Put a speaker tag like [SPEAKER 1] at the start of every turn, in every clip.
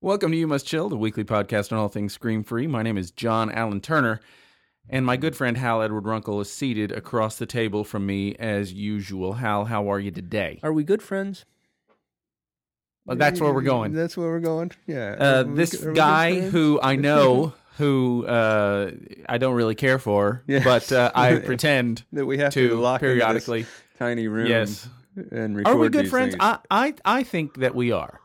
[SPEAKER 1] Welcome to You Must Chill, the weekly podcast on all things scream free. My name is John Allen Turner, and my good friend Hal Edward Runkle is seated across the table from me as usual. Hal, how are you today?
[SPEAKER 2] Are we good friends?
[SPEAKER 1] Well, that's where we're going.
[SPEAKER 2] That's where we're going. Yeah.
[SPEAKER 1] Uh,
[SPEAKER 2] Are we-
[SPEAKER 1] this
[SPEAKER 2] are we good
[SPEAKER 1] guy
[SPEAKER 2] friends?
[SPEAKER 1] who I know, who uh, I don't really care for,
[SPEAKER 2] Yes.
[SPEAKER 1] but uh, I pretend
[SPEAKER 2] that we have to,
[SPEAKER 1] to
[SPEAKER 2] lock into this
[SPEAKER 1] periodically.
[SPEAKER 2] tiny room.
[SPEAKER 1] Yes.
[SPEAKER 2] And record
[SPEAKER 1] Are we good
[SPEAKER 2] these
[SPEAKER 1] friends?
[SPEAKER 2] things.
[SPEAKER 1] I, I I think that we are.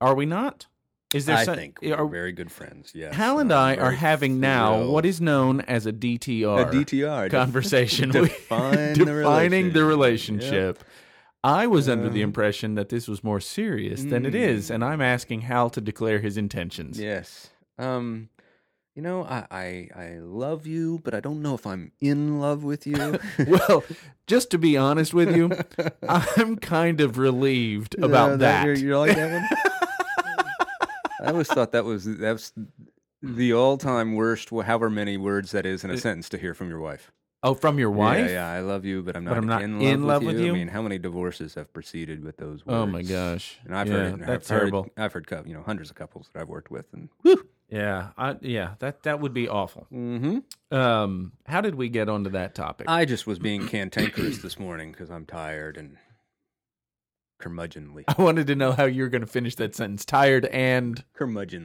[SPEAKER 1] Are we not? Is there
[SPEAKER 2] I
[SPEAKER 1] some-
[SPEAKER 2] think we're
[SPEAKER 1] are-
[SPEAKER 2] very good friends. Yes.
[SPEAKER 1] Hal and I
[SPEAKER 2] I'm
[SPEAKER 1] are
[SPEAKER 2] very
[SPEAKER 1] having now
[SPEAKER 2] thrilled.
[SPEAKER 1] what is known as a DTR.
[SPEAKER 2] a DTR
[SPEAKER 1] conversation We-
[SPEAKER 2] define the
[SPEAKER 1] defining the
[SPEAKER 2] relationship.
[SPEAKER 1] relationship. I was under the
[SPEAKER 2] Um,
[SPEAKER 1] impression that this was more serious than it is,
[SPEAKER 2] Mm.
[SPEAKER 1] and I'm asking Hal to declare his intentions.
[SPEAKER 2] Yes. Um. You know, I, I I love you, but I don't know if I'm in love with you.
[SPEAKER 1] Well, just to be honest with you, I'm kind of relieved about
[SPEAKER 2] Uh,
[SPEAKER 1] that.
[SPEAKER 2] You're, you're like that one. I always thought that was that's the all-time worst, wh- however many words that is in a sentence to hear from your wife.
[SPEAKER 1] oh, from your wife?
[SPEAKER 2] Yeah, yeah. I love you, but I'm not,
[SPEAKER 1] But I'm not
[SPEAKER 2] in, love,
[SPEAKER 1] in
[SPEAKER 2] with,
[SPEAKER 1] love
[SPEAKER 2] you.
[SPEAKER 1] with you?
[SPEAKER 2] I mean, how many divorces have proceeded with those words?
[SPEAKER 1] Oh my gosh.
[SPEAKER 2] And I've
[SPEAKER 1] yeah,
[SPEAKER 2] heard I've
[SPEAKER 1] that's
[SPEAKER 2] heard-
[SPEAKER 1] terrible.
[SPEAKER 2] I've heard cou- you know hundreds of couples that I've worked with, and
[SPEAKER 1] Yeah, I, yeah, that that would be awful.
[SPEAKER 2] mm-hmm.
[SPEAKER 1] Um, how did we get onto that topic?
[SPEAKER 2] I just was being cantankerous this morning because I'm tired and curmudgeonly.
[SPEAKER 1] I wanted to know how you were going to finish that sentence. Tired and
[SPEAKER 2] Curmudgeonly.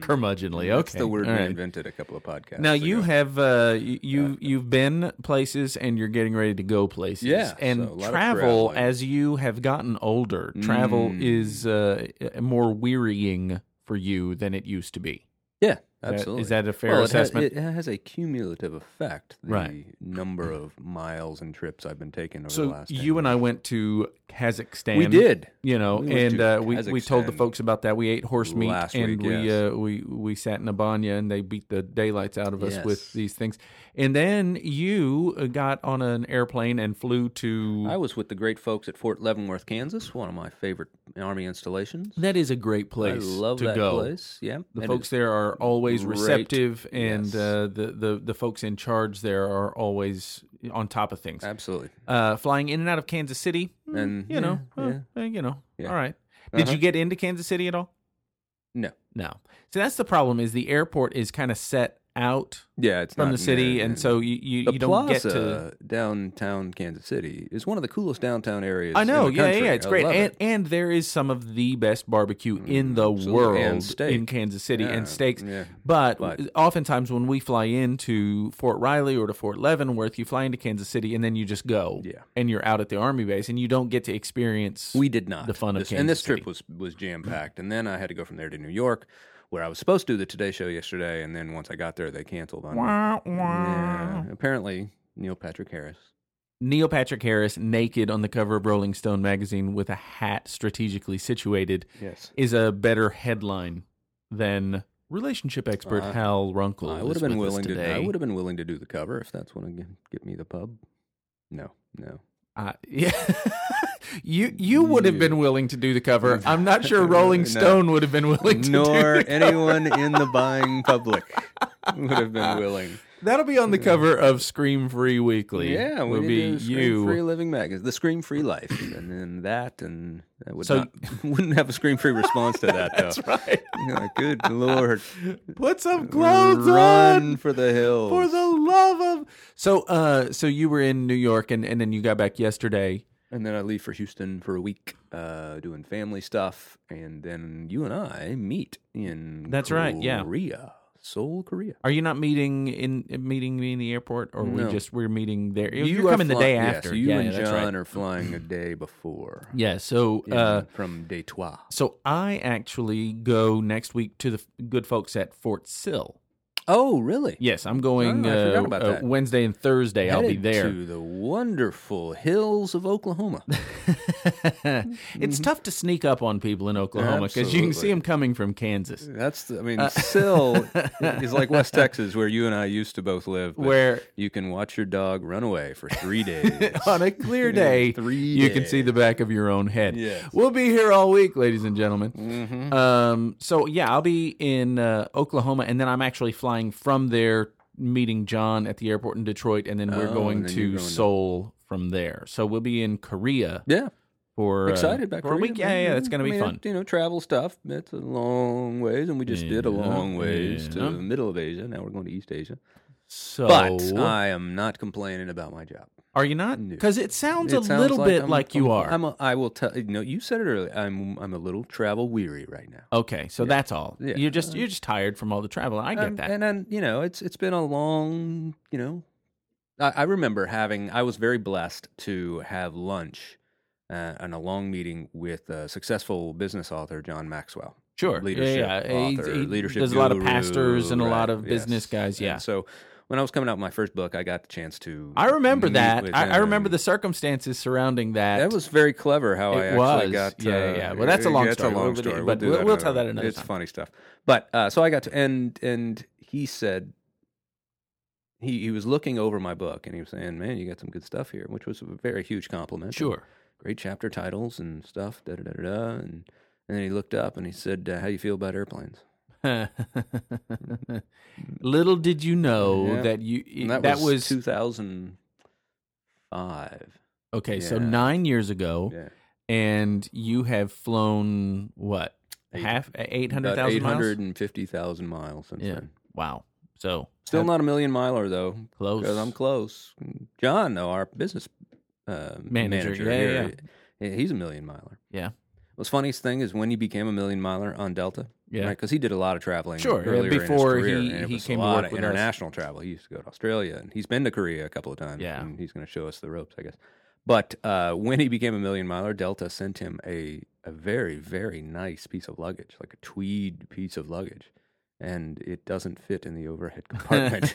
[SPEAKER 1] curmudgeonly. Okay,
[SPEAKER 2] That's the word
[SPEAKER 1] all
[SPEAKER 2] we
[SPEAKER 1] right.
[SPEAKER 2] invented a couple of podcasts.
[SPEAKER 1] Now you
[SPEAKER 2] ago.
[SPEAKER 1] have uh, y- you you've been places and you're getting ready to go places.
[SPEAKER 2] Yeah,
[SPEAKER 1] and
[SPEAKER 2] so a lot of
[SPEAKER 1] travel
[SPEAKER 2] traveling.
[SPEAKER 1] as you have gotten older, travel
[SPEAKER 2] Mm.
[SPEAKER 1] is uh, more wearying for you than it used to be.
[SPEAKER 2] yeah,
[SPEAKER 1] That-
[SPEAKER 2] absolutely.
[SPEAKER 1] Is that a fair
[SPEAKER 2] Well, it ha-
[SPEAKER 1] assessment?
[SPEAKER 2] it has a cumulative effect. The
[SPEAKER 1] Right.
[SPEAKER 2] number of miles and trips I've been taking over the
[SPEAKER 1] so
[SPEAKER 2] last. 10
[SPEAKER 1] you and I
[SPEAKER 2] years.
[SPEAKER 1] went to Kazakhstan.
[SPEAKER 2] we did.
[SPEAKER 1] You know,
[SPEAKER 2] We went
[SPEAKER 1] and
[SPEAKER 2] to
[SPEAKER 1] uh, we we told the
[SPEAKER 2] Kazakhstan
[SPEAKER 1] folks about that. We ate horse meat,
[SPEAKER 2] last
[SPEAKER 1] and
[SPEAKER 2] week,
[SPEAKER 1] we
[SPEAKER 2] yes.
[SPEAKER 1] uh, we we sat in a banya, and they beat the daylights out of us with
[SPEAKER 2] Yes.
[SPEAKER 1] these things. And then you uh, got on an airplane and flew to.
[SPEAKER 2] I was with the great folks at Fort Leavenworth, Kansas, one of my favorite Army installations.
[SPEAKER 1] That is a great place
[SPEAKER 2] I love
[SPEAKER 1] to
[SPEAKER 2] that
[SPEAKER 1] go.
[SPEAKER 2] place. Yeah,
[SPEAKER 1] The
[SPEAKER 2] and
[SPEAKER 1] folks
[SPEAKER 2] it's-
[SPEAKER 1] there are always
[SPEAKER 2] great.
[SPEAKER 1] receptive, and
[SPEAKER 2] Yes.
[SPEAKER 1] uh, the, the the folks in charge there are always on top of things.
[SPEAKER 2] absolutely.
[SPEAKER 1] Uh, flying in and out of Kansas City, mm,
[SPEAKER 2] And
[SPEAKER 1] you know,
[SPEAKER 2] yeah,
[SPEAKER 1] uh, uh, you know,
[SPEAKER 2] Yeah.
[SPEAKER 1] all right. Did
[SPEAKER 2] Uh-huh.
[SPEAKER 1] you get into Kansas City at all?
[SPEAKER 2] No.
[SPEAKER 1] No. So that's the problem. Is the airport is kind of set out
[SPEAKER 2] yeah, it's
[SPEAKER 1] from
[SPEAKER 2] not
[SPEAKER 1] the city,
[SPEAKER 2] near,
[SPEAKER 1] and so you you,
[SPEAKER 2] the
[SPEAKER 1] you don't
[SPEAKER 2] plaza
[SPEAKER 1] get to.
[SPEAKER 2] downtown Kansas City is one of the coolest downtown areas.
[SPEAKER 1] I know,
[SPEAKER 2] in the
[SPEAKER 1] yeah, yeah,
[SPEAKER 2] country.
[SPEAKER 1] yeah, it's
[SPEAKER 2] I
[SPEAKER 1] great,
[SPEAKER 2] love
[SPEAKER 1] and
[SPEAKER 2] it. Mm,
[SPEAKER 1] and there is some of the best barbecue in the
[SPEAKER 2] absolutely. And
[SPEAKER 1] world
[SPEAKER 2] steak.
[SPEAKER 1] in Kansas City,
[SPEAKER 2] Yeah,
[SPEAKER 1] and steaks.
[SPEAKER 2] yeah.
[SPEAKER 1] But,
[SPEAKER 2] But-
[SPEAKER 1] oftentimes when we fly into Fort Riley or to Fort Leavenworth, you fly into Kansas City and then you just go.
[SPEAKER 2] Yeah.
[SPEAKER 1] And you're out at the army base and you don't get to experience.
[SPEAKER 2] We did not.
[SPEAKER 1] The fun of
[SPEAKER 2] this, and this
[SPEAKER 1] Kansas
[SPEAKER 2] trip was was jam packed. And then I had to go from there to New York, where I was supposed to do the Today Show yesterday. And then once I got there, they canceled on me.
[SPEAKER 1] Wah, wah.
[SPEAKER 2] Yeah, apparently, Neil Patrick Harris.
[SPEAKER 1] Neil Patrick Harris, naked on the cover of Rolling Stone magazine with a hat strategically situated,
[SPEAKER 2] Yes,
[SPEAKER 1] is a better headline than relationship expert
[SPEAKER 2] Uh,
[SPEAKER 1] Hal Runkle.
[SPEAKER 2] I would
[SPEAKER 1] is
[SPEAKER 2] have been
[SPEAKER 1] with us
[SPEAKER 2] willing to.
[SPEAKER 1] today.
[SPEAKER 2] I would have been willing to do the cover if that's what get, get me the pub. No, no.
[SPEAKER 1] Uh, yeah. You you would have been willing to do the cover. I'm not sure Rolling
[SPEAKER 2] No.
[SPEAKER 1] Stone would have been willing to do
[SPEAKER 2] Nor
[SPEAKER 1] the cover.
[SPEAKER 2] anyone in the buying public would have been willing.
[SPEAKER 1] That'll be on the cover of Scream Free Weekly.
[SPEAKER 2] Yeah, we
[SPEAKER 1] will
[SPEAKER 2] need
[SPEAKER 1] be
[SPEAKER 2] to do Scream
[SPEAKER 1] you.
[SPEAKER 2] Free Living Magazine, the Scream Free Life, and then that, and that would
[SPEAKER 1] So-
[SPEAKER 2] not, wouldn't have a Scream Free response to that though.
[SPEAKER 1] That's right.
[SPEAKER 2] Yeah, good lord.
[SPEAKER 1] Put some clothes
[SPEAKER 2] Run
[SPEAKER 1] on
[SPEAKER 2] for the hills.
[SPEAKER 1] for the love of. So uh, so you were in New York and and then you got back yesterday.
[SPEAKER 2] and then I leave for Houston for a week, uh, doing family stuff, and then you and I meet in
[SPEAKER 1] That's right, yeah.
[SPEAKER 2] Korea, Seoul, Korea.
[SPEAKER 1] Are you not meeting in meeting me in the airport, or we
[SPEAKER 2] No.
[SPEAKER 1] just we're meeting there? You're
[SPEAKER 2] are
[SPEAKER 1] coming the
[SPEAKER 2] fly-
[SPEAKER 1] day
[SPEAKER 2] yeah,
[SPEAKER 1] after.
[SPEAKER 2] so you
[SPEAKER 1] yeah,
[SPEAKER 2] and
[SPEAKER 1] that's
[SPEAKER 2] John
[SPEAKER 1] right.
[SPEAKER 2] are flying a day before.
[SPEAKER 1] Yeah. So
[SPEAKER 2] in-
[SPEAKER 1] uh,
[SPEAKER 2] from Detroit.
[SPEAKER 1] So I actually go next week to the f- good folks at Fort Sill.
[SPEAKER 2] Oh, really?
[SPEAKER 1] Yes, I'm going
[SPEAKER 2] Oh, I forgot
[SPEAKER 1] uh,
[SPEAKER 2] about
[SPEAKER 1] uh,
[SPEAKER 2] that.
[SPEAKER 1] Wednesday and Thursday. I'll be
[SPEAKER 2] Headed
[SPEAKER 1] there.
[SPEAKER 2] to the wonderful hills of Oklahoma.
[SPEAKER 1] it's tough to sneak up on people in Oklahoma because you can see
[SPEAKER 2] Mm-hmm. Absolutely.
[SPEAKER 1] them coming from Kansas,
[SPEAKER 2] That's the, I mean,
[SPEAKER 1] Uh,
[SPEAKER 2] Sill is like West Texas, where you and I used to both live. but
[SPEAKER 1] where
[SPEAKER 2] you can watch your dog run away for three days.
[SPEAKER 1] on a clear day
[SPEAKER 2] Three
[SPEAKER 1] you can see the back of your own head.
[SPEAKER 2] Yes.
[SPEAKER 1] We'll be here all week, ladies and gentlemen.
[SPEAKER 2] hmm
[SPEAKER 1] Um, so yeah, I'll be in uh, Oklahoma, and then I'm actually flying from there, meeting John at the airport in Detroit, and then we're
[SPEAKER 2] Oh,
[SPEAKER 1] going
[SPEAKER 2] and then
[SPEAKER 1] to
[SPEAKER 2] you're going to-
[SPEAKER 1] Seoul from there. So we'll be in Korea
[SPEAKER 2] Yeah,
[SPEAKER 1] for uh,
[SPEAKER 2] Excited back
[SPEAKER 1] for a week. Yeah, yeah, it's gonna be fun.
[SPEAKER 2] You know, travel stuff. That's a long ways, and we just did a
[SPEAKER 1] Yeah,
[SPEAKER 2] long ways to
[SPEAKER 1] yeah.
[SPEAKER 2] the middle of Asia. Now we're going to East Asia.
[SPEAKER 1] So,
[SPEAKER 2] But uh, I am not complaining about my job.
[SPEAKER 1] are you not?
[SPEAKER 2] No.
[SPEAKER 1] Because it sounds a
[SPEAKER 2] It sounds
[SPEAKER 1] little bit
[SPEAKER 2] I'm-
[SPEAKER 1] like you
[SPEAKER 2] I'm-
[SPEAKER 1] are.
[SPEAKER 2] I'm a, I will tell. No, you said it earlier. I'm I'm a little travel weary right now.
[SPEAKER 1] okay, so that's all.
[SPEAKER 2] Yeah.
[SPEAKER 1] You're just you're just tired from all the travel. I get
[SPEAKER 2] Um,
[SPEAKER 1] that.
[SPEAKER 2] And then you know, it's it's been a long, you know, I, I remember having. I was very blessed to have lunch uh, and a long meeting with a successful business author, John Maxwell.
[SPEAKER 1] sure.
[SPEAKER 2] leadership
[SPEAKER 1] yeah, yeah. He-
[SPEAKER 2] author,
[SPEAKER 1] he-
[SPEAKER 2] leadership.
[SPEAKER 1] There's a lot of
[SPEAKER 2] guru,
[SPEAKER 1] pastors and a lot
[SPEAKER 2] right,
[SPEAKER 1] of business
[SPEAKER 2] yes.
[SPEAKER 1] guys.
[SPEAKER 2] And
[SPEAKER 1] Yeah.
[SPEAKER 2] so when I was coming out with my first book, I got the chance to.
[SPEAKER 1] I remember
[SPEAKER 2] meet
[SPEAKER 1] that.
[SPEAKER 2] with
[SPEAKER 1] I, I
[SPEAKER 2] him
[SPEAKER 1] remember
[SPEAKER 2] and-
[SPEAKER 1] the circumstances surrounding that.
[SPEAKER 2] That was very clever how I
[SPEAKER 1] It
[SPEAKER 2] actually
[SPEAKER 1] was.
[SPEAKER 2] got.
[SPEAKER 1] Yeah,
[SPEAKER 2] uh,
[SPEAKER 1] yeah, yeah. Well, that's a long
[SPEAKER 2] that's
[SPEAKER 1] story.
[SPEAKER 2] a long
[SPEAKER 1] We'll-
[SPEAKER 2] story.
[SPEAKER 1] but
[SPEAKER 2] We'll do
[SPEAKER 1] we'll- we'll
[SPEAKER 2] another-
[SPEAKER 1] tell that another
[SPEAKER 2] It's
[SPEAKER 1] time.
[SPEAKER 2] funny stuff. But uh, so I got to and and he said he he was looking over my book and he was saying, "Man, you got some good stuff here," which was a very huge compliment.
[SPEAKER 1] sure.
[SPEAKER 2] great chapter titles and stuff. Da da da da. da. And and then he looked up and he said, uh, "How do you feel about airplanes?"
[SPEAKER 1] Little did you know
[SPEAKER 2] Yeah.
[SPEAKER 1] that you
[SPEAKER 2] And
[SPEAKER 1] that, was,
[SPEAKER 2] 2005.
[SPEAKER 1] okay. So
[SPEAKER 2] yeah.
[SPEAKER 1] nine years ago,
[SPEAKER 2] Yeah.
[SPEAKER 1] and you have flown what
[SPEAKER 2] Eight-
[SPEAKER 1] half eight hundred
[SPEAKER 2] About
[SPEAKER 1] thousand miles.
[SPEAKER 2] 850,000 miles since
[SPEAKER 1] Yeah.
[SPEAKER 2] then.
[SPEAKER 1] Wow. So
[SPEAKER 2] Still
[SPEAKER 1] how
[SPEAKER 2] not a million miler though,
[SPEAKER 1] close.
[SPEAKER 2] because I'm close. John, though, our business uh,
[SPEAKER 1] Manager,
[SPEAKER 2] manager,
[SPEAKER 1] yeah,
[SPEAKER 2] here, he- he's a million miler.
[SPEAKER 1] Yeah.
[SPEAKER 2] What's funniest thing is when he became a million miler on Delta,
[SPEAKER 1] yeah.
[SPEAKER 2] Because he did a lot of traveling.
[SPEAKER 1] Sure, yeah,
[SPEAKER 2] earlier in his
[SPEAKER 1] before
[SPEAKER 2] career,
[SPEAKER 1] he-
[SPEAKER 2] and it
[SPEAKER 1] he
[SPEAKER 2] was
[SPEAKER 1] came
[SPEAKER 2] a
[SPEAKER 1] to
[SPEAKER 2] lot
[SPEAKER 1] work
[SPEAKER 2] of
[SPEAKER 1] with us.
[SPEAKER 2] international travel. He used to go to Australia, and he's been to Korea a couple of times.
[SPEAKER 1] Yeah.
[SPEAKER 2] and he's going to show us the ropes, I guess. But uh, when he became a million miler, Delta sent him a a very very nice piece of luggage, like a tweed piece of luggage, and it doesn't fit in the overhead compartment.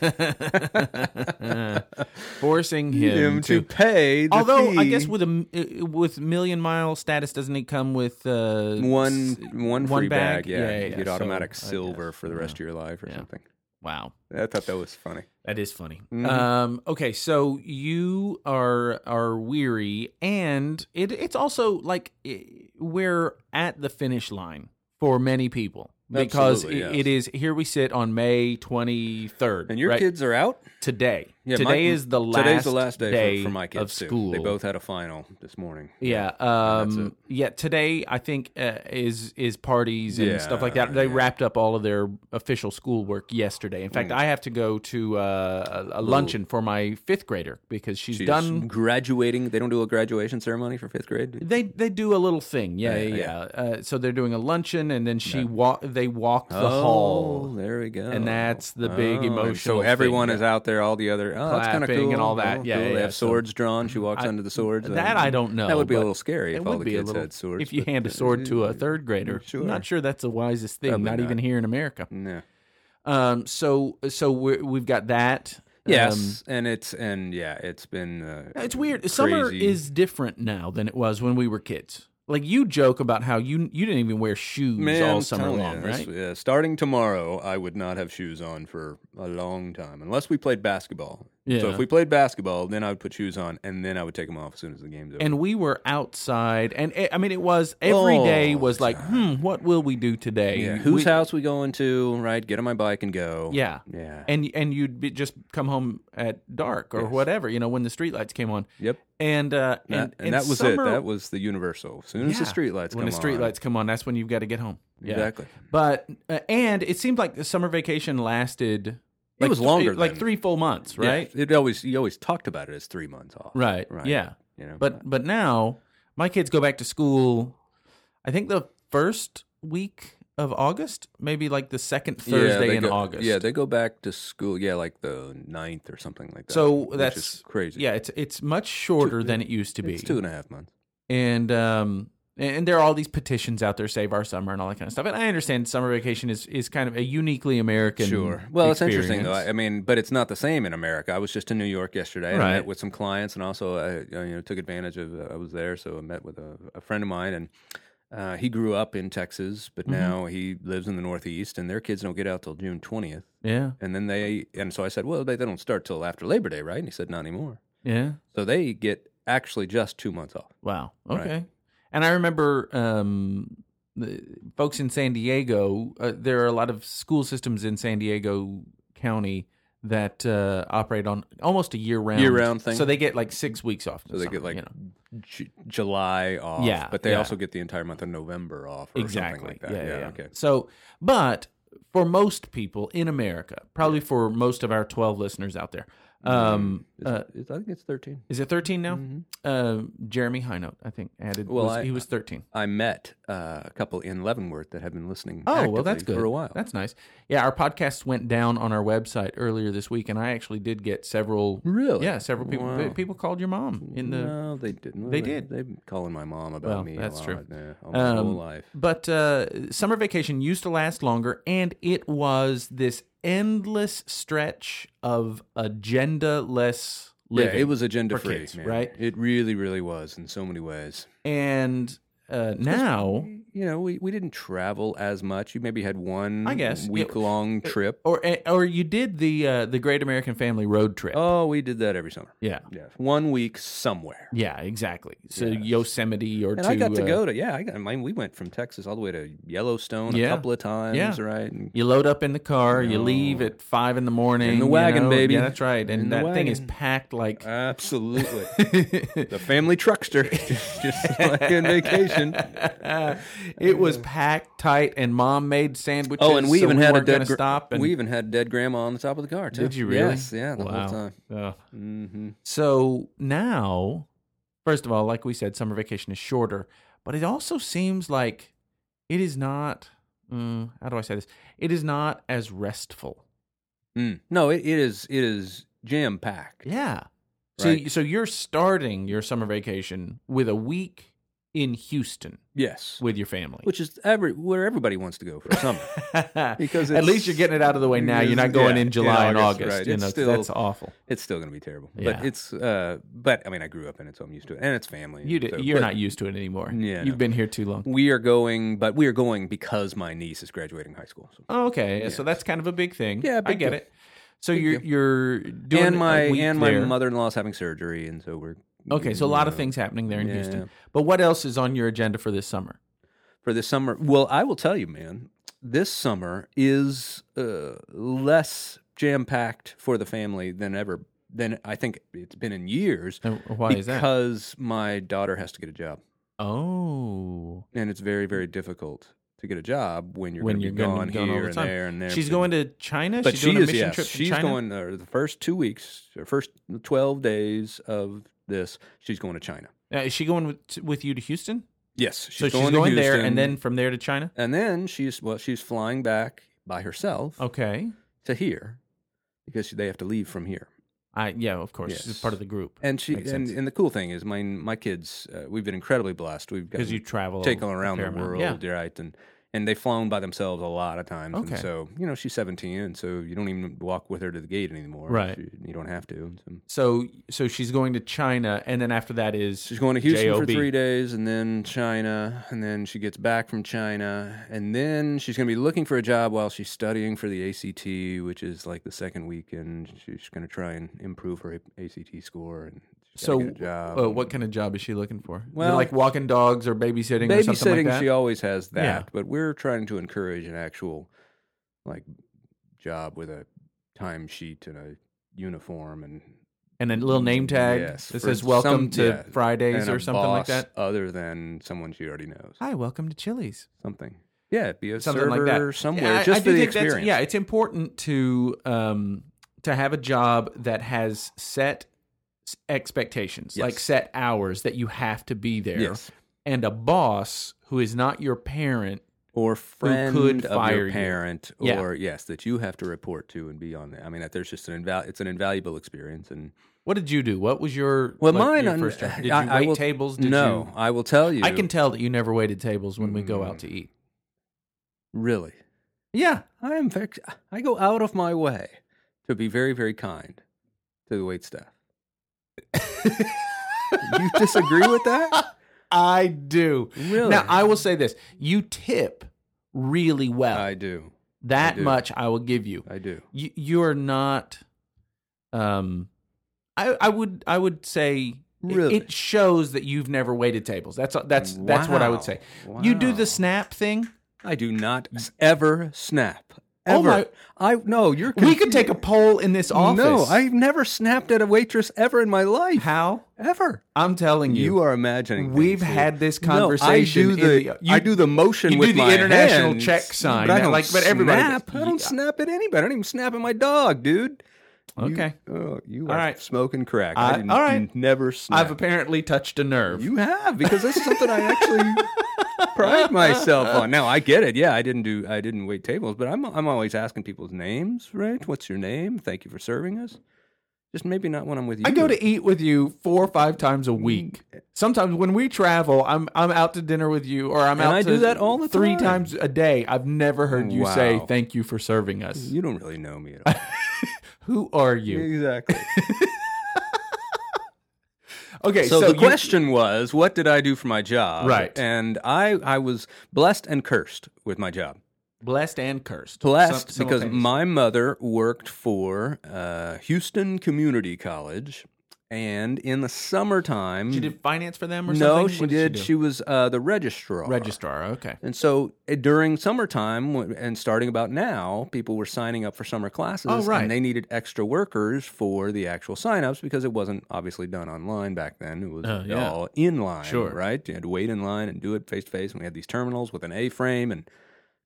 [SPEAKER 1] Forcing him, to.
[SPEAKER 2] pay. The
[SPEAKER 1] Although I
[SPEAKER 2] fee.
[SPEAKER 1] guess with a m- uh, with million mile status, doesn't it come with uh,
[SPEAKER 2] one
[SPEAKER 1] s-
[SPEAKER 2] one free bag, yeah, you get
[SPEAKER 1] So,
[SPEAKER 2] automatic
[SPEAKER 1] I
[SPEAKER 2] silver
[SPEAKER 1] guess,
[SPEAKER 2] for the
[SPEAKER 1] yeah.
[SPEAKER 2] rest of your life or
[SPEAKER 1] Yeah.
[SPEAKER 2] something.
[SPEAKER 1] Wow.
[SPEAKER 2] I thought that was funny.
[SPEAKER 1] That is funny.
[SPEAKER 2] Mhm.
[SPEAKER 1] Um, okay, so you are are weary, and it it's also like i we're at the finish line for many people because
[SPEAKER 2] Absolutely,
[SPEAKER 1] i-
[SPEAKER 2] yes.
[SPEAKER 1] it is here. We sit on May twenty third,
[SPEAKER 2] And your
[SPEAKER 1] right?
[SPEAKER 2] kids are out.
[SPEAKER 1] today.
[SPEAKER 2] Yeah,
[SPEAKER 1] today
[SPEAKER 2] my-
[SPEAKER 1] is the last
[SPEAKER 2] Today's the last day, for, for my kids
[SPEAKER 1] of
[SPEAKER 2] too.
[SPEAKER 1] school.
[SPEAKER 2] They both had a final this morning.
[SPEAKER 1] Yeah.
[SPEAKER 2] that's
[SPEAKER 1] Um, yeah. Today, I think uh, is is parties and
[SPEAKER 2] Yeah,
[SPEAKER 1] stuff like that. They
[SPEAKER 2] yeah.
[SPEAKER 1] wrapped up all of their official schoolwork yesterday. In
[SPEAKER 2] Mm.
[SPEAKER 1] fact, I have to go to uh, a, a luncheon for my fifth grader because she's,
[SPEAKER 2] She's
[SPEAKER 1] done.
[SPEAKER 2] graduating. They don't do a graduation ceremony for fifth grade.
[SPEAKER 1] They they do a little thing. Yeah, yeah.
[SPEAKER 2] Yeah,
[SPEAKER 1] yeah. Uh, so they're doing a luncheon, and then she walk. They walk the hall.
[SPEAKER 2] Oh, there we go.
[SPEAKER 1] And that's the big
[SPEAKER 2] Oh, and
[SPEAKER 1] emotional
[SPEAKER 2] So everyone
[SPEAKER 1] thing,
[SPEAKER 2] is out there. All the other oh, that's kind of
[SPEAKER 1] Clapping
[SPEAKER 2] cool
[SPEAKER 1] and all that.
[SPEAKER 2] Oh,
[SPEAKER 1] Yeah,
[SPEAKER 2] cool.
[SPEAKER 1] yeah,
[SPEAKER 2] They have
[SPEAKER 1] so-
[SPEAKER 2] swords drawn. She walks
[SPEAKER 1] I-
[SPEAKER 2] under the swords.
[SPEAKER 1] That I don't know.
[SPEAKER 2] That would be a
[SPEAKER 1] but
[SPEAKER 2] little scary
[SPEAKER 1] it
[SPEAKER 2] if all
[SPEAKER 1] would
[SPEAKER 2] the
[SPEAKER 1] be a
[SPEAKER 2] kids
[SPEAKER 1] little.
[SPEAKER 2] had swords.
[SPEAKER 1] if you
[SPEAKER 2] but-
[SPEAKER 1] hand a sword to a third grader,
[SPEAKER 2] Sure.
[SPEAKER 1] I'm not sure that's the wisest thing.
[SPEAKER 2] Probably
[SPEAKER 1] Not, even
[SPEAKER 2] not.
[SPEAKER 1] here in America.
[SPEAKER 2] no.
[SPEAKER 1] Um. So so we're, we've got that. Um,
[SPEAKER 2] Yes, and it's and yeah, it's been. Uh,
[SPEAKER 1] It's weird. Summer
[SPEAKER 2] crazy.
[SPEAKER 1] is different now than it was when we were kids. Like you joke about how you you didn't even wear shoes
[SPEAKER 2] Man,
[SPEAKER 1] all
[SPEAKER 2] I'm
[SPEAKER 1] summer
[SPEAKER 2] telling you,
[SPEAKER 1] long,
[SPEAKER 2] this-
[SPEAKER 1] right?
[SPEAKER 2] yeah, starting tomorrow, I would not have shoes on for a long time, unless we played basketball. So
[SPEAKER 1] Yeah.
[SPEAKER 2] if we played basketball, then I would put shoes on, and then I would take them off as soon as the game's over.
[SPEAKER 1] And we were outside, and eh, I mean, it was every day
[SPEAKER 2] Oh,
[SPEAKER 1] was like, hmm, what will we do today?
[SPEAKER 2] yeah, whose
[SPEAKER 1] We-
[SPEAKER 2] house we going to? Right, get on my bike and go.
[SPEAKER 1] Yeah,
[SPEAKER 2] yeah,
[SPEAKER 1] and and you'd be, just come home at dark or
[SPEAKER 2] Yes.
[SPEAKER 1] whatever, you know, when the streetlights came on,
[SPEAKER 2] yep.
[SPEAKER 1] and uh,
[SPEAKER 2] That, and,
[SPEAKER 1] and
[SPEAKER 2] that was
[SPEAKER 1] summer-
[SPEAKER 2] it. That was the universal. As soon as the
[SPEAKER 1] Yeah.
[SPEAKER 2] streetlights come
[SPEAKER 1] when the
[SPEAKER 2] on,
[SPEAKER 1] streetlights come on, that's when you've got to get home. Yeah.
[SPEAKER 2] exactly.
[SPEAKER 1] But uh, and it seemed like the summer vacation lasted. Like
[SPEAKER 2] was
[SPEAKER 1] three-
[SPEAKER 2] longer
[SPEAKER 1] like
[SPEAKER 2] than-
[SPEAKER 1] three full months, right?
[SPEAKER 2] Yeah, it always you always talked about it as three months off.
[SPEAKER 1] Right.
[SPEAKER 2] Right.
[SPEAKER 1] Yeah.
[SPEAKER 2] You know,
[SPEAKER 1] But but now my kids go back to school. I think the first week of August, maybe like the second
[SPEAKER 2] Yeah,
[SPEAKER 1] Thursday
[SPEAKER 2] they
[SPEAKER 1] in
[SPEAKER 2] go-
[SPEAKER 1] August.
[SPEAKER 2] Yeah, they go back to school. Yeah, like the 9th or something like that.
[SPEAKER 1] So
[SPEAKER 2] which is
[SPEAKER 1] that's-
[SPEAKER 2] crazy.
[SPEAKER 1] yeah. It's it's much shorter
[SPEAKER 2] Two-
[SPEAKER 1] than it used to be.
[SPEAKER 2] It's two and a half months.
[SPEAKER 1] and um and there are all these petitions out there, save our summer and all that kind of stuff. And I understand summer vacation is is kind of a uniquely American.
[SPEAKER 2] Well, it's interesting though.
[SPEAKER 1] experience.
[SPEAKER 2] I I mean, but it's not the same in America. I was just in New York yesterday. And
[SPEAKER 1] Right.
[SPEAKER 2] I met with some clients, and also I you know took advantage of uh, I was there, so I met with a, a friend of mine, and uh, he grew up in Texas, but
[SPEAKER 1] Mm-hmm.
[SPEAKER 2] now he lives in the Northeast, and their kids don't get out till June twentieth.
[SPEAKER 1] yeah,
[SPEAKER 2] And then they and so I said, well, they, they don't start till after Labor Day, right? And he said, not anymore.
[SPEAKER 1] yeah.
[SPEAKER 2] So they get actually just two months off.
[SPEAKER 1] Wow.
[SPEAKER 2] Right.
[SPEAKER 1] Okay. And I remember um, the folks in San Diego. Uh, there are a lot of school systems in San Diego County that uh, operate on almost a year round
[SPEAKER 2] Year-round thing?
[SPEAKER 1] So they get like six weeks off.
[SPEAKER 2] So they get like
[SPEAKER 1] you know.
[SPEAKER 2] J- July off,
[SPEAKER 1] Yeah,
[SPEAKER 2] but they
[SPEAKER 1] yeah.
[SPEAKER 2] also get the entire month of November off, or
[SPEAKER 1] exactly.
[SPEAKER 2] something like that.
[SPEAKER 1] Yeah, yeah, yeah.
[SPEAKER 2] okay.
[SPEAKER 1] So, but for most people in America, probably for most of our twelve listeners out there, um,
[SPEAKER 2] It's-
[SPEAKER 1] uh,
[SPEAKER 2] it's- I think it's thirteen.
[SPEAKER 1] is it thirteen now? Uh, Jeremy Highnote, I think, added.
[SPEAKER 2] Mm-hmm. Well,
[SPEAKER 1] was-
[SPEAKER 2] I-
[SPEAKER 1] he was thirteen.
[SPEAKER 2] I met uh, a couple in Leavenworth that have been listening.
[SPEAKER 1] Oh, well, that's
[SPEAKER 2] actively
[SPEAKER 1] good.
[SPEAKER 2] for a while.
[SPEAKER 1] That's nice. Yeah, our podcasts went down on our website earlier this week, and I actually did get several.
[SPEAKER 2] Really?
[SPEAKER 1] Yeah, several people.
[SPEAKER 2] Wow.
[SPEAKER 1] People called your mom in the.
[SPEAKER 2] no, they didn't.
[SPEAKER 1] They did.
[SPEAKER 2] They've been calling my mom about
[SPEAKER 1] Well,
[SPEAKER 2] me.
[SPEAKER 1] that's
[SPEAKER 2] a
[SPEAKER 1] true.
[SPEAKER 2] lot, yeah, all my whole
[SPEAKER 1] Um,
[SPEAKER 2] life.
[SPEAKER 1] But uh, summer vacation used to last longer, and it was this endless stretch of agenda less living.
[SPEAKER 2] yeah, it was agenda
[SPEAKER 1] for
[SPEAKER 2] free,
[SPEAKER 1] kids,
[SPEAKER 2] man.
[SPEAKER 1] right?
[SPEAKER 2] It really, really was in so many ways.
[SPEAKER 1] and uh, now,
[SPEAKER 2] You know, we, we didn't travel as much. You maybe had one,
[SPEAKER 1] I guess. It-
[SPEAKER 2] week long trip.
[SPEAKER 1] or eh, or you did the uh, the Great American Family road trip.
[SPEAKER 2] oh, we did that every summer.
[SPEAKER 1] Yeah,
[SPEAKER 2] Yeah, one week somewhere.
[SPEAKER 1] yeah, exactly. So Yosemite or
[SPEAKER 2] And
[SPEAKER 1] to,
[SPEAKER 2] I got to
[SPEAKER 1] uh,
[SPEAKER 2] go to yeah. I, got, I mean, we went from Texas all the way to Yellowstone
[SPEAKER 1] Yeah.
[SPEAKER 2] a couple of times,
[SPEAKER 1] Yeah.
[SPEAKER 2] right? And
[SPEAKER 1] You load up in the car. You
[SPEAKER 2] No.
[SPEAKER 1] leave at five in the morning.
[SPEAKER 2] In the
[SPEAKER 1] you
[SPEAKER 2] wagon,
[SPEAKER 1] know?
[SPEAKER 2] baby.
[SPEAKER 1] Yeah, that's right. And
[SPEAKER 2] In the
[SPEAKER 1] that thing is
[SPEAKER 2] wagon.
[SPEAKER 1] packed like.
[SPEAKER 2] Absolutely. the family truckster. just like in vacation. Uh.
[SPEAKER 1] it was packed tight, and mom made sandwiches.
[SPEAKER 2] Oh, and we
[SPEAKER 1] so
[SPEAKER 2] even had a
[SPEAKER 1] weren't
[SPEAKER 2] dead
[SPEAKER 1] gonna
[SPEAKER 2] gr-
[SPEAKER 1] stop. And
[SPEAKER 2] we even had dead grandma on the top of the car too.
[SPEAKER 1] Did you really?
[SPEAKER 2] Yes, yeah, the
[SPEAKER 1] Wow.
[SPEAKER 2] whole time.
[SPEAKER 1] Ugh.
[SPEAKER 2] hmm
[SPEAKER 1] so now, first of all, like we said, summer vacation is shorter, but it also seems like it is not. Mm, how do I say this? It is not as restful.
[SPEAKER 2] Mm. No, it, it is it is jam packed.
[SPEAKER 1] Yeah. So
[SPEAKER 2] Right.
[SPEAKER 1] so you're starting your summer vacation with a week in Houston
[SPEAKER 2] Yes,
[SPEAKER 1] with your family.
[SPEAKER 2] which is every where everybody wants to go for summer. Because
[SPEAKER 1] at least
[SPEAKER 2] it's-
[SPEAKER 1] you're getting it out of the way now. You're not going
[SPEAKER 2] Yeah,
[SPEAKER 1] in
[SPEAKER 2] in
[SPEAKER 1] July and
[SPEAKER 2] August,
[SPEAKER 1] August.
[SPEAKER 2] right.
[SPEAKER 1] You
[SPEAKER 2] It's
[SPEAKER 1] know,
[SPEAKER 2] still-
[SPEAKER 1] that's awful.
[SPEAKER 2] it's still going to be terrible,
[SPEAKER 1] Yeah.
[SPEAKER 2] but it's uh, but I mean, I grew up in it, so I'm used to it, and it's family.
[SPEAKER 1] You
[SPEAKER 2] and
[SPEAKER 1] did,
[SPEAKER 2] so-
[SPEAKER 1] you're not
[SPEAKER 2] but
[SPEAKER 1] used to it anymore.
[SPEAKER 2] Yeah,
[SPEAKER 1] you've
[SPEAKER 2] no.
[SPEAKER 1] been here too long.
[SPEAKER 2] We are going, but we are going because my niece is graduating high school. So.
[SPEAKER 1] Oh, okay, so that's kind of a big thing.
[SPEAKER 2] Yeah,
[SPEAKER 1] I
[SPEAKER 2] big
[SPEAKER 1] get
[SPEAKER 2] deal.
[SPEAKER 1] it. So you're you're doing
[SPEAKER 2] and
[SPEAKER 1] a
[SPEAKER 2] my
[SPEAKER 1] week
[SPEAKER 2] and my
[SPEAKER 1] there.
[SPEAKER 2] mother-in-law's having surgery, and so we're uh,
[SPEAKER 1] Okay, so a lot of
[SPEAKER 2] Yeah.
[SPEAKER 1] things happening there in
[SPEAKER 2] Yeah.
[SPEAKER 1] Houston. But what else is on your agenda for this summer?
[SPEAKER 2] for this summer. Well, I will tell you, man, this summer is uh, less jam packed for the family than ever than I think it's been in years.
[SPEAKER 1] And why
[SPEAKER 2] because
[SPEAKER 1] is that?
[SPEAKER 2] my daughter has to get a job,
[SPEAKER 1] Oh,
[SPEAKER 2] and it's very very difficult to get a job when you're
[SPEAKER 1] When
[SPEAKER 2] gonna
[SPEAKER 1] you're
[SPEAKER 2] be
[SPEAKER 1] gonna
[SPEAKER 2] gone
[SPEAKER 1] be gone all
[SPEAKER 2] here
[SPEAKER 1] the
[SPEAKER 2] and
[SPEAKER 1] time.
[SPEAKER 2] there and there.
[SPEAKER 1] she's going to China.
[SPEAKER 2] But
[SPEAKER 1] she's
[SPEAKER 2] she
[SPEAKER 1] doing a
[SPEAKER 2] is,
[SPEAKER 1] mission
[SPEAKER 2] yes.
[SPEAKER 1] trip to
[SPEAKER 2] she's
[SPEAKER 1] China?
[SPEAKER 2] going uh, the first two weeks, or first twelve days of this. She's going to China.
[SPEAKER 1] Uh, is she going with, with you to Houston?
[SPEAKER 2] Yes,
[SPEAKER 1] So
[SPEAKER 2] she's
[SPEAKER 1] she's
[SPEAKER 2] going,
[SPEAKER 1] going,
[SPEAKER 2] to
[SPEAKER 1] there,
[SPEAKER 2] Houston,
[SPEAKER 1] and then from there to China.
[SPEAKER 2] and then she's well, she's flying back by herself.
[SPEAKER 1] Okay.
[SPEAKER 2] to here because they have to leave from here.
[SPEAKER 1] I yeah, of course.
[SPEAKER 2] Yes.
[SPEAKER 1] She's part of the group.
[SPEAKER 2] And she
[SPEAKER 1] Makes
[SPEAKER 2] and,
[SPEAKER 1] sense.
[SPEAKER 2] and the cool thing is my my kids uh, we've been incredibly blessed. We've got
[SPEAKER 1] because you travel
[SPEAKER 2] take them
[SPEAKER 1] a
[SPEAKER 2] around
[SPEAKER 1] fair
[SPEAKER 2] the
[SPEAKER 1] amount.
[SPEAKER 2] world, right? And and they've flown by themselves a lot of times.
[SPEAKER 1] Okay.
[SPEAKER 2] And so you know she's seventeen, and so you don't even walk with her to the gate anymore.
[SPEAKER 1] Right.
[SPEAKER 2] She- you don't have to. And so-
[SPEAKER 1] So so she's going to China, and then after that is
[SPEAKER 2] She's going to Houston for
[SPEAKER 1] JOB.
[SPEAKER 2] three days and then China. And then she gets back from China. And then she's going to be looking for a job while she's studying for the ACT, which is like the second week. And she's going to try and improve her ACT score. And she's
[SPEAKER 1] so.
[SPEAKER 2] gotta get a job.
[SPEAKER 1] uh, what kind of job is she looking for? Is it
[SPEAKER 2] Well-
[SPEAKER 1] like walking dogs or babysitting, or something
[SPEAKER 2] babysitting,
[SPEAKER 1] like that.
[SPEAKER 2] she always has that.
[SPEAKER 1] Yeah.
[SPEAKER 2] But we're trying to encourage an actual like job with a timesheet and a uniform and,
[SPEAKER 1] and a little name tag
[SPEAKER 2] Yes,
[SPEAKER 1] that
[SPEAKER 2] for
[SPEAKER 1] says "Welcome
[SPEAKER 2] some-
[SPEAKER 1] to
[SPEAKER 2] yeah,
[SPEAKER 1] Fridays"
[SPEAKER 2] and a
[SPEAKER 1] or something like
[SPEAKER 2] boss
[SPEAKER 1] that.
[SPEAKER 2] other than someone she already knows.
[SPEAKER 1] Hi, welcome to Chili's.
[SPEAKER 2] something. Yeah, be a
[SPEAKER 1] Something like
[SPEAKER 2] server
[SPEAKER 1] that.
[SPEAKER 2] somewhere
[SPEAKER 1] Yeah, I-
[SPEAKER 2] just
[SPEAKER 1] I
[SPEAKER 2] for
[SPEAKER 1] do
[SPEAKER 2] the
[SPEAKER 1] think that's-
[SPEAKER 2] experience.
[SPEAKER 1] Yeah, it's important to um to have a job that has set s- expectations,
[SPEAKER 2] Yes.
[SPEAKER 1] like set hours that you have to be there.
[SPEAKER 2] Yes.
[SPEAKER 1] and a boss who is not your parent.
[SPEAKER 2] Or friend
[SPEAKER 1] could
[SPEAKER 2] of
[SPEAKER 1] fire you.
[SPEAKER 2] your parent,
[SPEAKER 1] Yeah.
[SPEAKER 2] or yes, that you have to report to and be on. That. I mean, that there's just an inval- it's an invaluable experience. And
[SPEAKER 1] What did you do? What was your
[SPEAKER 2] well,
[SPEAKER 1] like,
[SPEAKER 2] mine,
[SPEAKER 1] your
[SPEAKER 2] on-
[SPEAKER 1] first job? Did you
[SPEAKER 2] I, I
[SPEAKER 1] wait
[SPEAKER 2] will-
[SPEAKER 1] tables? Did
[SPEAKER 2] no, I will tell you.
[SPEAKER 1] you, I can tell that you never waited tables when we go out to eat.
[SPEAKER 2] really.
[SPEAKER 1] Yeah,
[SPEAKER 2] I am. vex- I go out of my way to be very, very kind to the wait staff. you disagree with that?
[SPEAKER 1] I do.
[SPEAKER 2] Really?
[SPEAKER 1] Now I will say this: you tip really well.
[SPEAKER 2] I do.
[SPEAKER 1] that
[SPEAKER 2] do.
[SPEAKER 1] much I will give you.
[SPEAKER 2] I do.
[SPEAKER 1] you you're not um I I would I would say it-
[SPEAKER 2] Really?
[SPEAKER 1] it shows that you've never waited tables. That's that's that's what I would
[SPEAKER 2] Wow.
[SPEAKER 1] say. You do
[SPEAKER 2] Wow.
[SPEAKER 1] the snap thing.
[SPEAKER 2] I do not s- ever snap
[SPEAKER 1] Mm. Oh
[SPEAKER 2] ever.
[SPEAKER 1] my-
[SPEAKER 2] I no, you're.
[SPEAKER 1] We could take a poll in this office.
[SPEAKER 2] No, I've never snapped at a waitress ever in my life.
[SPEAKER 1] How?
[SPEAKER 2] Ever.
[SPEAKER 1] I'm telling you.
[SPEAKER 2] You are imagining.
[SPEAKER 1] We've
[SPEAKER 2] things, dude.
[SPEAKER 1] had this
[SPEAKER 2] No, I do
[SPEAKER 1] conversation in
[SPEAKER 2] the-
[SPEAKER 1] the-
[SPEAKER 2] I
[SPEAKER 1] you-
[SPEAKER 2] do the motion
[SPEAKER 1] you
[SPEAKER 2] with
[SPEAKER 1] do the
[SPEAKER 2] my
[SPEAKER 1] international
[SPEAKER 2] hands,
[SPEAKER 1] check sign,
[SPEAKER 2] But I don't
[SPEAKER 1] like- but everybody does.
[SPEAKER 2] snap. I don't
[SPEAKER 1] Yeah.
[SPEAKER 2] snap at anybody. I don't even snap at my dog, dude. You-
[SPEAKER 1] Okay.
[SPEAKER 2] oh, you
[SPEAKER 1] All
[SPEAKER 2] are
[SPEAKER 1] right.
[SPEAKER 2] smoking crack.
[SPEAKER 1] I-
[SPEAKER 2] I, didn't-
[SPEAKER 1] all right.
[SPEAKER 2] you never snap.
[SPEAKER 1] I've apparently touched a nerve.
[SPEAKER 2] You have because this is something I actually pride myself on. Now I get it. Yeah, I didn't do I didn't wait tables, but I'm I'm always asking people's names, right? What's your name? Thank you for serving us. Just maybe not when I'm with you.
[SPEAKER 1] I go to eat with you four or five times a week. Sometimes when we travel, I'm I'm out to dinner with you, or I'm
[SPEAKER 2] And
[SPEAKER 1] out.
[SPEAKER 2] I
[SPEAKER 1] to
[SPEAKER 2] do that all the
[SPEAKER 1] three
[SPEAKER 2] time.
[SPEAKER 1] times a day. I've never heard you
[SPEAKER 2] Wow.
[SPEAKER 1] say thank you for serving us.
[SPEAKER 2] You don't really know me at all.
[SPEAKER 1] Who are you?
[SPEAKER 2] exactly.
[SPEAKER 1] Okay,
[SPEAKER 2] So,
[SPEAKER 1] so,
[SPEAKER 2] the
[SPEAKER 1] you-
[SPEAKER 2] question was, what did I do for my job?
[SPEAKER 1] Right.
[SPEAKER 2] And I I was blessed and cursed with my job.
[SPEAKER 1] blessed and cursed.
[SPEAKER 2] Blessed
[SPEAKER 1] Some-
[SPEAKER 2] because
[SPEAKER 1] simultaneous.
[SPEAKER 2] my mother worked for uh, Houston Community College, and in the summertime,
[SPEAKER 1] she did finance for them or something.
[SPEAKER 2] no, she
[SPEAKER 1] What
[SPEAKER 2] did.
[SPEAKER 1] do?
[SPEAKER 2] She, was uh, the registrar.
[SPEAKER 1] registrar. Okay,
[SPEAKER 2] And so uh, during summertime w- and starting about now, people were signing up for summer classes.
[SPEAKER 1] Oh, right.
[SPEAKER 2] And they needed extra workers for the actual signups because it wasn't obviously done online back then. It was
[SPEAKER 1] Oh, yeah.
[SPEAKER 2] all in line,
[SPEAKER 1] Sure.
[SPEAKER 2] right? You had to wait in line and do it face to face. And we had these terminals with an A frame and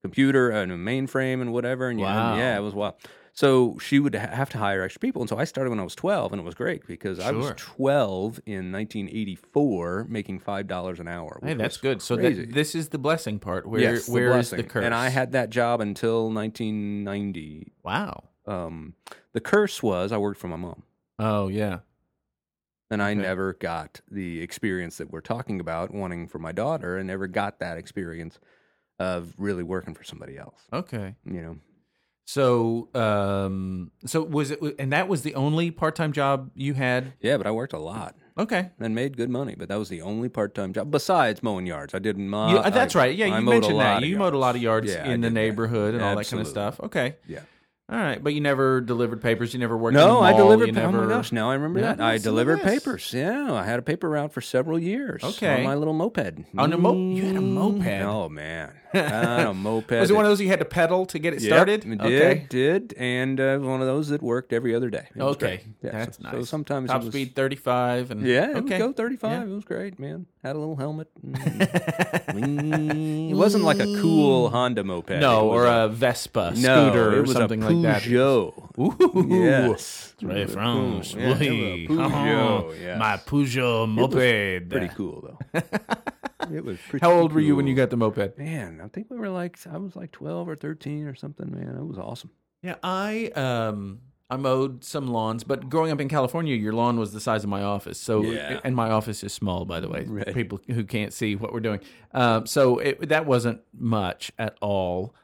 [SPEAKER 2] computer and a mainframe and whatever. And you
[SPEAKER 1] Wow.
[SPEAKER 2] know, yeah, it was wild. So she would ha- have to hire extra people. And so I started when I was 12, and it was great because I was
[SPEAKER 1] Sure.
[SPEAKER 2] 12 in 1984 making $5 an hour.
[SPEAKER 1] hey,
[SPEAKER 2] which
[SPEAKER 1] that's
[SPEAKER 2] was
[SPEAKER 1] good. So
[SPEAKER 2] crazy.
[SPEAKER 1] that, this is the blessing part. Where
[SPEAKER 2] Yes, the
[SPEAKER 1] where is the
[SPEAKER 2] blessing.
[SPEAKER 1] curse?
[SPEAKER 2] And I had that job until 1990.
[SPEAKER 1] wow.
[SPEAKER 2] Um, the curse was I worked for my mom,
[SPEAKER 1] Oh yeah,
[SPEAKER 2] and I
[SPEAKER 1] Okay.
[SPEAKER 2] never got the experience that we're talking about, wanting for my daughter, and never got that experience of really working for somebody else.
[SPEAKER 1] okay.
[SPEAKER 2] You know,
[SPEAKER 1] So, um, so was it, and that was the only part-time job you had.
[SPEAKER 2] yeah, but I worked a lot
[SPEAKER 1] Okay,
[SPEAKER 2] and made good money, but that was the only part-time job besides mowing yards. Uh, I did mow.
[SPEAKER 1] You- uh, that's right. Yeah, you mentioned that you mowed a lot of yards
[SPEAKER 2] Yeah, I
[SPEAKER 1] in the
[SPEAKER 2] did that.
[SPEAKER 1] neighborhood and all that kind of
[SPEAKER 2] Absolutely.
[SPEAKER 1] stuff. Okay,
[SPEAKER 2] Yeah.
[SPEAKER 1] all right, but you never delivered papers. You never worked. in the
[SPEAKER 2] No,
[SPEAKER 1] mall,
[SPEAKER 2] I delivered.
[SPEAKER 1] You
[SPEAKER 2] pa-
[SPEAKER 1] never,
[SPEAKER 2] Oh my gosh! Now I remember
[SPEAKER 1] Yeah,
[SPEAKER 2] that. I
[SPEAKER 1] listen to
[SPEAKER 2] delivered
[SPEAKER 1] this.
[SPEAKER 2] papers. Yeah, I had a paper route for several years.
[SPEAKER 1] Okay.
[SPEAKER 2] on my little moped.
[SPEAKER 1] On a mo- you had a
[SPEAKER 2] Mm,
[SPEAKER 1] moped?
[SPEAKER 2] Oh man, on a moped.
[SPEAKER 1] Was it one of those you had to pedal to get it
[SPEAKER 2] Yep,
[SPEAKER 1] started?
[SPEAKER 2] Did
[SPEAKER 1] okay,
[SPEAKER 2] did and uh, one of those that worked every other day. It was
[SPEAKER 1] okay,
[SPEAKER 2] great. Yeah, so-
[SPEAKER 1] that's
[SPEAKER 2] so,
[SPEAKER 1] nice.
[SPEAKER 2] sometimes
[SPEAKER 1] top
[SPEAKER 2] it was,
[SPEAKER 1] speed thirty-five and
[SPEAKER 2] Yeah, it would
[SPEAKER 1] okay.
[SPEAKER 2] go thirty five. It was great, man. Had a little helmet. Mm. it wasn't like a cool Honda moped.
[SPEAKER 1] No,
[SPEAKER 2] It was
[SPEAKER 1] or
[SPEAKER 2] a-
[SPEAKER 1] a Vespa
[SPEAKER 2] no,
[SPEAKER 1] scooter
[SPEAKER 2] it
[SPEAKER 1] or
[SPEAKER 2] was
[SPEAKER 1] something
[SPEAKER 2] a
[SPEAKER 1] like that.
[SPEAKER 2] Peugeot.
[SPEAKER 1] Ooh,
[SPEAKER 2] Yes.
[SPEAKER 1] Très France.
[SPEAKER 2] Yeah,
[SPEAKER 1] oui.
[SPEAKER 2] it was a Peugeot,
[SPEAKER 1] Oh,
[SPEAKER 2] yes.
[SPEAKER 1] My Peugeot moped.
[SPEAKER 2] Pretty cool though. it was pretty
[SPEAKER 1] How old were you when
[SPEAKER 2] cool.
[SPEAKER 1] you got the moped?
[SPEAKER 2] Man, I think we were like I was like twelve or thirteen or something. Man, it was awesome.
[SPEAKER 1] Yeah, I um I mowed some lawns, but growing up in California, your lawn was the size of my office. So
[SPEAKER 2] Yeah.
[SPEAKER 1] and my office is small, by the way.
[SPEAKER 2] Right.
[SPEAKER 1] People who can't see what we're doing. Um, so it, that wasn't much at all.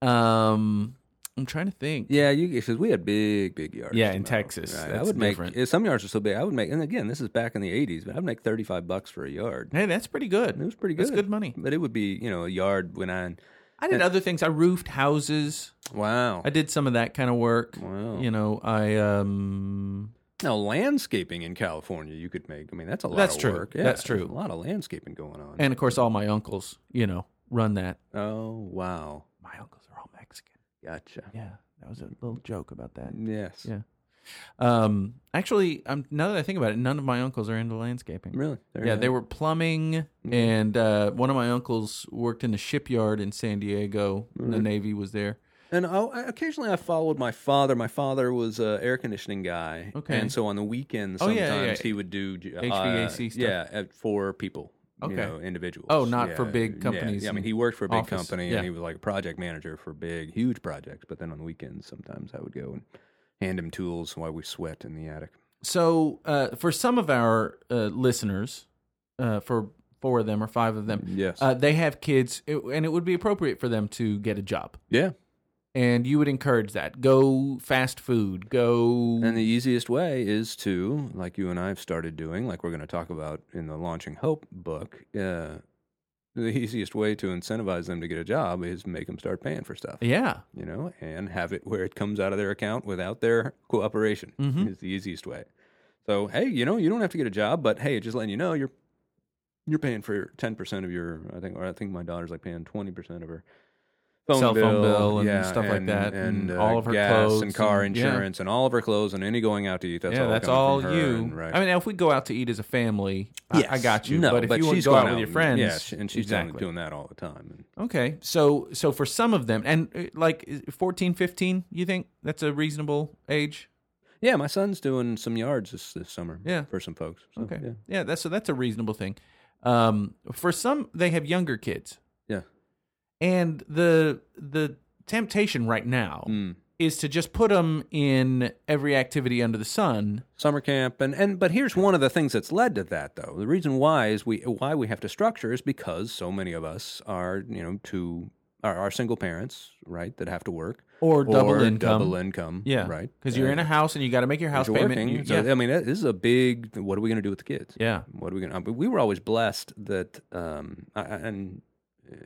[SPEAKER 1] Um, I'm trying to think.
[SPEAKER 2] Yeah, you because we had big, big yards.
[SPEAKER 1] Yeah,
[SPEAKER 2] to
[SPEAKER 1] in
[SPEAKER 2] mow.
[SPEAKER 1] Texas,
[SPEAKER 2] Right, I
[SPEAKER 1] that's
[SPEAKER 2] would
[SPEAKER 1] different.
[SPEAKER 2] make some yards are so big. I would make, and again, this is back in the '80s, but I'd make thirty-five bucks for a yard.
[SPEAKER 1] Hey, that's pretty good.
[SPEAKER 2] It was pretty good.
[SPEAKER 1] That's good money.
[SPEAKER 2] but it would be you know a yard when I
[SPEAKER 1] I did other things. I roofed houses.
[SPEAKER 2] wow.
[SPEAKER 1] I did some of that kind of work.
[SPEAKER 2] Wow.
[SPEAKER 1] You know, I um
[SPEAKER 2] now landscaping in California, you could make. I mean, that's a lot.
[SPEAKER 1] That's
[SPEAKER 2] of
[SPEAKER 1] true.
[SPEAKER 2] Work. Yeah,
[SPEAKER 1] That's
[SPEAKER 2] there's
[SPEAKER 1] true.
[SPEAKER 2] A lot of landscaping going on.
[SPEAKER 1] and of course all my uncles, you know, run that.
[SPEAKER 2] oh wow,
[SPEAKER 1] My uncles are all Mexican.
[SPEAKER 2] gotcha.
[SPEAKER 1] Yeah. That was a little joke about that.
[SPEAKER 2] Yes.
[SPEAKER 1] Yeah. Um actually um now that I think about it, none of my uncles are into landscaping.
[SPEAKER 2] Really? Mm-hmm. There
[SPEAKER 1] Yeah,
[SPEAKER 2] you
[SPEAKER 1] they
[SPEAKER 2] go.
[SPEAKER 1] were plumbing and uh one of my uncles worked in the shipyard in San Diego.
[SPEAKER 2] Mm-hmm.
[SPEAKER 1] The Navy was there.
[SPEAKER 2] And I, I- occasionally I followed my father. My father was an air conditioning guy.
[SPEAKER 1] Okay.
[SPEAKER 2] And so on the weekends,
[SPEAKER 1] Oh,
[SPEAKER 2] sometimes
[SPEAKER 1] yeah, yeah,
[SPEAKER 2] he would do uh,
[SPEAKER 1] HVAC stuff.
[SPEAKER 2] Yeah, uh, for people.
[SPEAKER 1] Okay.
[SPEAKER 2] You know, individuals.
[SPEAKER 1] Oh, not for
[SPEAKER 2] Yeah,
[SPEAKER 1] big
[SPEAKER 2] yeah.
[SPEAKER 1] companies
[SPEAKER 2] Yeah, I mean,
[SPEAKER 1] and
[SPEAKER 2] he worked for a big
[SPEAKER 1] office.
[SPEAKER 2] company
[SPEAKER 1] Yeah.
[SPEAKER 2] and he was like a project manager for big, huge projects. But then on the weekends, sometimes I would go and hand him tools while we sweat in the attic.
[SPEAKER 1] So uh for some of our uh listeners, uh for four of them or five of them,
[SPEAKER 2] Yes.
[SPEAKER 1] uh, they have kids, it, and it would be appropriate for them to get a job.
[SPEAKER 2] yeah.
[SPEAKER 1] And you would encourage that. Go fast food. Go.
[SPEAKER 2] And the easiest way is to, like you and I have started doing, like we're going to talk about in the Launching Hope book, uh, the easiest way to incentivize them to get a job is make them start paying for stuff,
[SPEAKER 1] yeah.
[SPEAKER 2] you know, and have it where it comes out of their account without their cooperation
[SPEAKER 1] Mhm.
[SPEAKER 2] is the easiest way. So, hey, you know, you don't have to get a job, but hey, just letting you know, you're you're paying for ten percent of your, I think, or I think my daughter's like paying twenty percent of her
[SPEAKER 1] Cell phone bill and stuff like that, and all of her
[SPEAKER 2] uh, gas
[SPEAKER 1] clothes
[SPEAKER 2] and car
[SPEAKER 1] and- yeah.
[SPEAKER 2] insurance and all of her clothes and any going out to eat. That's
[SPEAKER 1] yeah,
[SPEAKER 2] all
[SPEAKER 1] that's
[SPEAKER 2] coming
[SPEAKER 1] all
[SPEAKER 2] from her
[SPEAKER 1] you.
[SPEAKER 2] and- right.
[SPEAKER 1] I mean, now, if we go out to eat as a family, I- I,
[SPEAKER 2] Yes.
[SPEAKER 1] got you.
[SPEAKER 2] No,
[SPEAKER 1] but if you want to
[SPEAKER 2] she's
[SPEAKER 1] go
[SPEAKER 2] going
[SPEAKER 1] out with your
[SPEAKER 2] and-
[SPEAKER 1] friends,
[SPEAKER 2] yeah, she- and she's doing-
[SPEAKER 1] exactly.
[SPEAKER 2] doing that all the time. And
[SPEAKER 1] Okay, so so for some of them, and uh, like is- 14, 15, you think that's a reasonable age?
[SPEAKER 2] yeah, my son's doing some yards this, this summer.
[SPEAKER 1] Yeah.
[SPEAKER 2] for some folks. So,
[SPEAKER 1] Okay,
[SPEAKER 2] yeah.
[SPEAKER 1] yeah, that's so that's a reasonable thing. Um, for some, they have younger kids.
[SPEAKER 2] Yeah.
[SPEAKER 1] and the the temptation right now
[SPEAKER 2] Mm.
[SPEAKER 1] is to just put them in every activity under the sun.
[SPEAKER 2] summer camp and, and but here's one of the things that's led to that though the reason why is we why we have to structure is because so many of us are you know two are, are single parents right that have to work
[SPEAKER 1] Or double income.
[SPEAKER 2] double income
[SPEAKER 1] Yeah,
[SPEAKER 2] right
[SPEAKER 1] Because you're in a house and you got to make your house
[SPEAKER 2] you're
[SPEAKER 1] payment. and
[SPEAKER 2] working,
[SPEAKER 1] you-
[SPEAKER 2] so,
[SPEAKER 1] yeah.
[SPEAKER 2] I mean that- this is a big what are we going to do with the kids
[SPEAKER 1] yeah,
[SPEAKER 2] what are we going to we were always blessed that um I, I- and uh,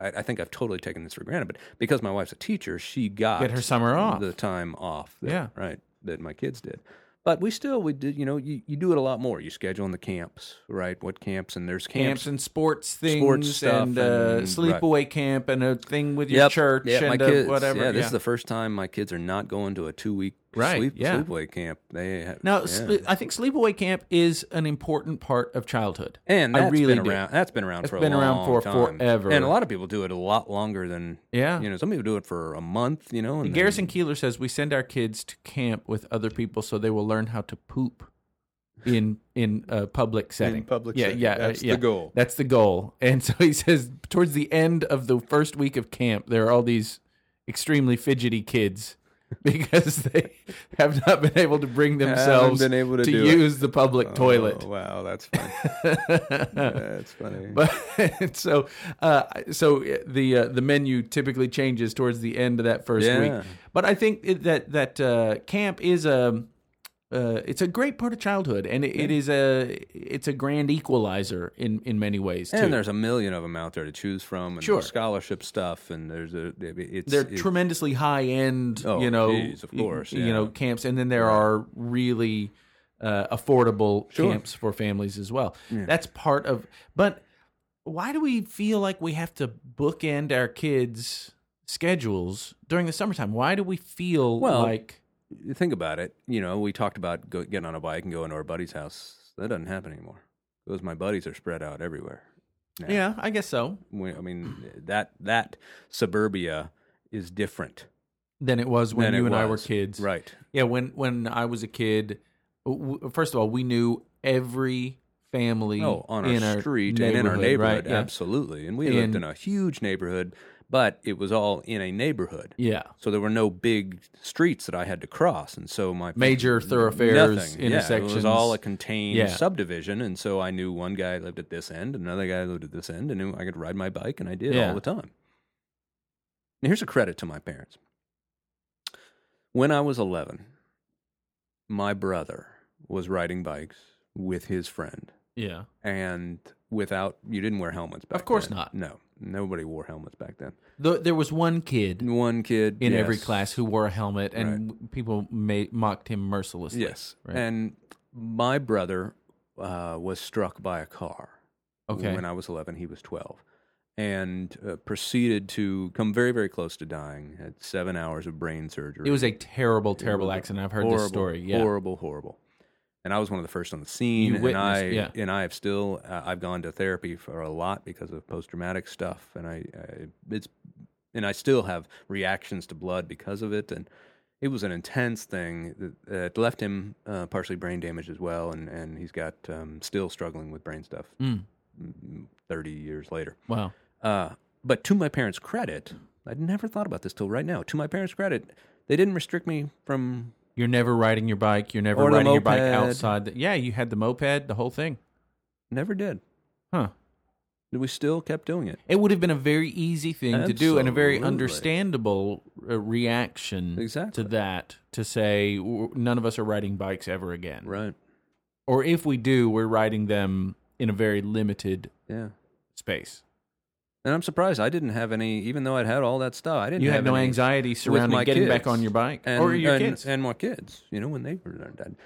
[SPEAKER 2] I, I think I've totally taken this for granted but because my wife's a teacher she got
[SPEAKER 1] get her summer off.
[SPEAKER 2] the time off. That,
[SPEAKER 1] Yeah.
[SPEAKER 2] Right. That my kids did. But we still, we did, you know, you, you do it a lot more. You schedule in the camps, right? What camps? And there's camps.
[SPEAKER 1] camps and sports things
[SPEAKER 2] stuff
[SPEAKER 1] and, uh,
[SPEAKER 2] and-
[SPEAKER 1] sleepaway camp and a thing with your church
[SPEAKER 2] yeah, my
[SPEAKER 1] and
[SPEAKER 2] kids.
[SPEAKER 1] uh whatever.
[SPEAKER 2] Yeah, this
[SPEAKER 1] yeah.
[SPEAKER 2] is the first time my kids are not going to a two week
[SPEAKER 1] Right,
[SPEAKER 2] sleep,
[SPEAKER 1] yeah.
[SPEAKER 2] sleepaway camp. They have,
[SPEAKER 1] now,
[SPEAKER 2] yeah.
[SPEAKER 1] sle- I think sleepaway camp is an important part of childhood.
[SPEAKER 2] and
[SPEAKER 1] I
[SPEAKER 2] that's
[SPEAKER 1] really
[SPEAKER 2] been
[SPEAKER 1] do.
[SPEAKER 2] around. That's been around
[SPEAKER 1] That's
[SPEAKER 2] for
[SPEAKER 1] been
[SPEAKER 2] a long
[SPEAKER 1] around for
[SPEAKER 2] time.
[SPEAKER 1] forever.
[SPEAKER 2] And a lot of people do it a lot longer than
[SPEAKER 1] Yeah.
[SPEAKER 2] you know. Some people do it for a month, you know. And then-
[SPEAKER 1] Garrison Keeler says we send our kids to camp with other people so they will learn how to poop in in a public setting.
[SPEAKER 3] public
[SPEAKER 1] yeah,
[SPEAKER 3] setting.
[SPEAKER 1] yeah,
[SPEAKER 3] That's the
[SPEAKER 1] yeah.
[SPEAKER 3] goal.
[SPEAKER 1] That's the goal. And so he says towards the end of the first week of camp, there are all these extremely fidgety kids because they have not been able to bring themselves
[SPEAKER 2] been able to do it.
[SPEAKER 1] use the public toilet.
[SPEAKER 3] Oh, wow, that's funny. that's funny.
[SPEAKER 1] But so, uh, so the uh, the menu typically changes towards the end of that first
[SPEAKER 2] Yeah.
[SPEAKER 1] week. But I think it- that that uh, camp is a uh, it's a great part of childhood, and it, it is a it's a grand equalizer in in many ways too.
[SPEAKER 2] And there's a million of them out there to choose from, and
[SPEAKER 1] Sure.
[SPEAKER 2] there's scholarship stuff, and there's a it's
[SPEAKER 1] they're
[SPEAKER 2] it's-
[SPEAKER 1] tremendously high end,
[SPEAKER 2] Oh,
[SPEAKER 1] you know,
[SPEAKER 2] geez, of course,
[SPEAKER 1] you,
[SPEAKER 2] yeah.
[SPEAKER 1] know, camps, and then there are really uh, affordable camps for families as well. That's part of, but why do we feel like we have to bookend our kids' schedules during the summertime? Why do we feel
[SPEAKER 2] Well,
[SPEAKER 1] like
[SPEAKER 2] you think about it. You know, we talked about go, getting on a bike and going to our buddy's house. That doesn't happen anymore because my buddies are spread out everywhere. now.
[SPEAKER 1] yeah, I guess so.
[SPEAKER 2] We- I mean that that suburbia is different
[SPEAKER 1] Than it was when
[SPEAKER 2] than
[SPEAKER 1] you
[SPEAKER 2] it
[SPEAKER 1] and I were
[SPEAKER 2] was.
[SPEAKER 1] kids,
[SPEAKER 2] right?
[SPEAKER 1] Yeah, when when I was a kid, w- w- first of all, we knew every family
[SPEAKER 2] Oh, on
[SPEAKER 1] in
[SPEAKER 2] our street and in our
[SPEAKER 1] right?
[SPEAKER 2] neighborhood,
[SPEAKER 1] Yeah.
[SPEAKER 2] absolutely. And we lived
[SPEAKER 1] And-
[SPEAKER 2] in a huge neighborhood, but it was all in a neighborhood.
[SPEAKER 1] yeah.
[SPEAKER 2] So there were no big streets that I had to cross, and so my
[SPEAKER 1] Major thoroughfares,
[SPEAKER 2] nothing. Yeah, it
[SPEAKER 1] intersections.
[SPEAKER 2] was all a contained
[SPEAKER 1] Yeah.
[SPEAKER 2] subdivision, and so I knew one guy lived at this end, another guy lived at this end, and knew I could ride my bike, and I did
[SPEAKER 1] Yeah.
[SPEAKER 2] all the time. And here's a credit to my parents. When I was 11, my brother was riding bikes with his friend,
[SPEAKER 1] Yeah.
[SPEAKER 2] and without you didn't wear helmets. Back
[SPEAKER 1] course
[SPEAKER 2] then.
[SPEAKER 1] not.
[SPEAKER 2] No, nobody wore helmets back then.
[SPEAKER 1] Th there was one kid
[SPEAKER 2] One kid
[SPEAKER 1] in every
[SPEAKER 2] yes.
[SPEAKER 1] class who wore a helmet, and people ma- mocked him mercilessly.
[SPEAKER 2] Yes.
[SPEAKER 1] Right.
[SPEAKER 2] And my brother uh, was struck by a car.
[SPEAKER 1] Okay.
[SPEAKER 2] When I was 11, he was 12. And uh, proceeded to come very, very close to dying. Had seven hours of brain surgery.
[SPEAKER 1] It was a terrible, terrible
[SPEAKER 2] was a
[SPEAKER 1] accident. I've heard
[SPEAKER 2] horrible,
[SPEAKER 1] this story. Yeah.
[SPEAKER 2] horrible, horrible. And I was one of the first on the scene.
[SPEAKER 1] You
[SPEAKER 2] and I
[SPEAKER 1] witnessed,
[SPEAKER 2] and I have still uh, I've gone to therapy for a lot because of post traumatic stuff, and I, I it's and I still have reactions to blood because of it, and it was an intense thing that, that left him uh, partially brain damaged as well, and and he's got um, still struggling with brain stuff
[SPEAKER 1] Mm.
[SPEAKER 2] mm, thirty years later.
[SPEAKER 1] Wow.
[SPEAKER 2] Uh, but to my parents' credit, I'd never thought about this till right now. To my parents' credit, they didn't restrict me from
[SPEAKER 1] You're never riding your bike. You're never
[SPEAKER 2] Or the
[SPEAKER 1] riding your bike
[SPEAKER 2] moped.
[SPEAKER 1] outside. The- yeah, you had the moped, the whole thing.
[SPEAKER 2] Never did.
[SPEAKER 1] Huh.
[SPEAKER 2] We still kept doing it.
[SPEAKER 1] It would have been a very easy thing to do and a very
[SPEAKER 2] Absolutely.
[SPEAKER 1] understandable uh, reaction
[SPEAKER 2] Exactly.
[SPEAKER 1] to that to say w- none of us are riding bikes ever again.
[SPEAKER 2] Right.
[SPEAKER 1] Or if we do, we're riding them in a very limited
[SPEAKER 2] Yeah.
[SPEAKER 1] space.
[SPEAKER 2] And I'm surprised I didn't have any, even though I'd had all that stuff. I didn't.
[SPEAKER 1] You
[SPEAKER 2] have
[SPEAKER 1] had no
[SPEAKER 2] any
[SPEAKER 1] anxiety surrounding
[SPEAKER 2] my
[SPEAKER 1] getting back
[SPEAKER 2] kids.
[SPEAKER 1] on your bike
[SPEAKER 2] and,
[SPEAKER 1] or your
[SPEAKER 2] and,
[SPEAKER 1] kids.
[SPEAKER 2] and my kids. You know when they were done.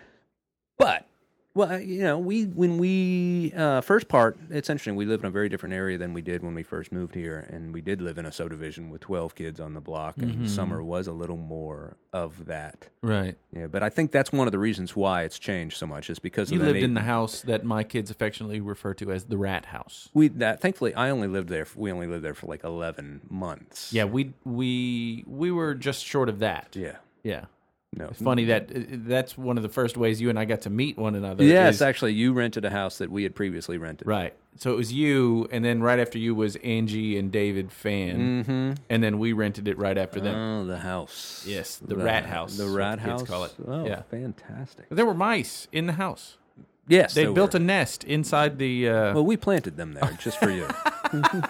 [SPEAKER 2] But Well, uh, you know, we when we uh, first part, it's interesting. We live in a very different area than we did when we first moved here, and we did live in a subdivision with twelve kids on the block, and
[SPEAKER 1] Mhm.
[SPEAKER 2] summer was a little more of that.
[SPEAKER 1] Right.
[SPEAKER 2] Yeah, but I think that's one of the reasons why it's changed so much is because
[SPEAKER 1] You
[SPEAKER 2] of the
[SPEAKER 1] lived
[SPEAKER 2] na-
[SPEAKER 1] in the house that my kids affectionately refer to as the rat house.
[SPEAKER 2] we that thankfully I only lived there. We only lived there for like eleven months.
[SPEAKER 1] Yeah, we we we were just short of that.
[SPEAKER 2] yeah,
[SPEAKER 1] Yeah.
[SPEAKER 2] no,
[SPEAKER 1] It's funny that uh, that's one of the first ways you and I got to meet one another.
[SPEAKER 2] Yes,
[SPEAKER 1] is-
[SPEAKER 2] actually, you rented a house that we had previously rented.
[SPEAKER 1] Right. So it was you, and then right after you was Angie and David Fan,
[SPEAKER 2] Mm-hmm.
[SPEAKER 1] and then we rented it right after them.
[SPEAKER 2] Oh, the house.
[SPEAKER 1] Yes, the rat house,
[SPEAKER 2] The
[SPEAKER 1] what
[SPEAKER 2] rat
[SPEAKER 1] the
[SPEAKER 2] house.
[SPEAKER 1] kids call it.
[SPEAKER 2] Oh,
[SPEAKER 1] Yeah.
[SPEAKER 2] fantastic.
[SPEAKER 1] There were mice in the house.
[SPEAKER 2] Yes,
[SPEAKER 1] They
[SPEAKER 2] there
[SPEAKER 1] built
[SPEAKER 2] were.
[SPEAKER 1] a nest inside the. Uh,
[SPEAKER 2] Well, we planted them there just for you.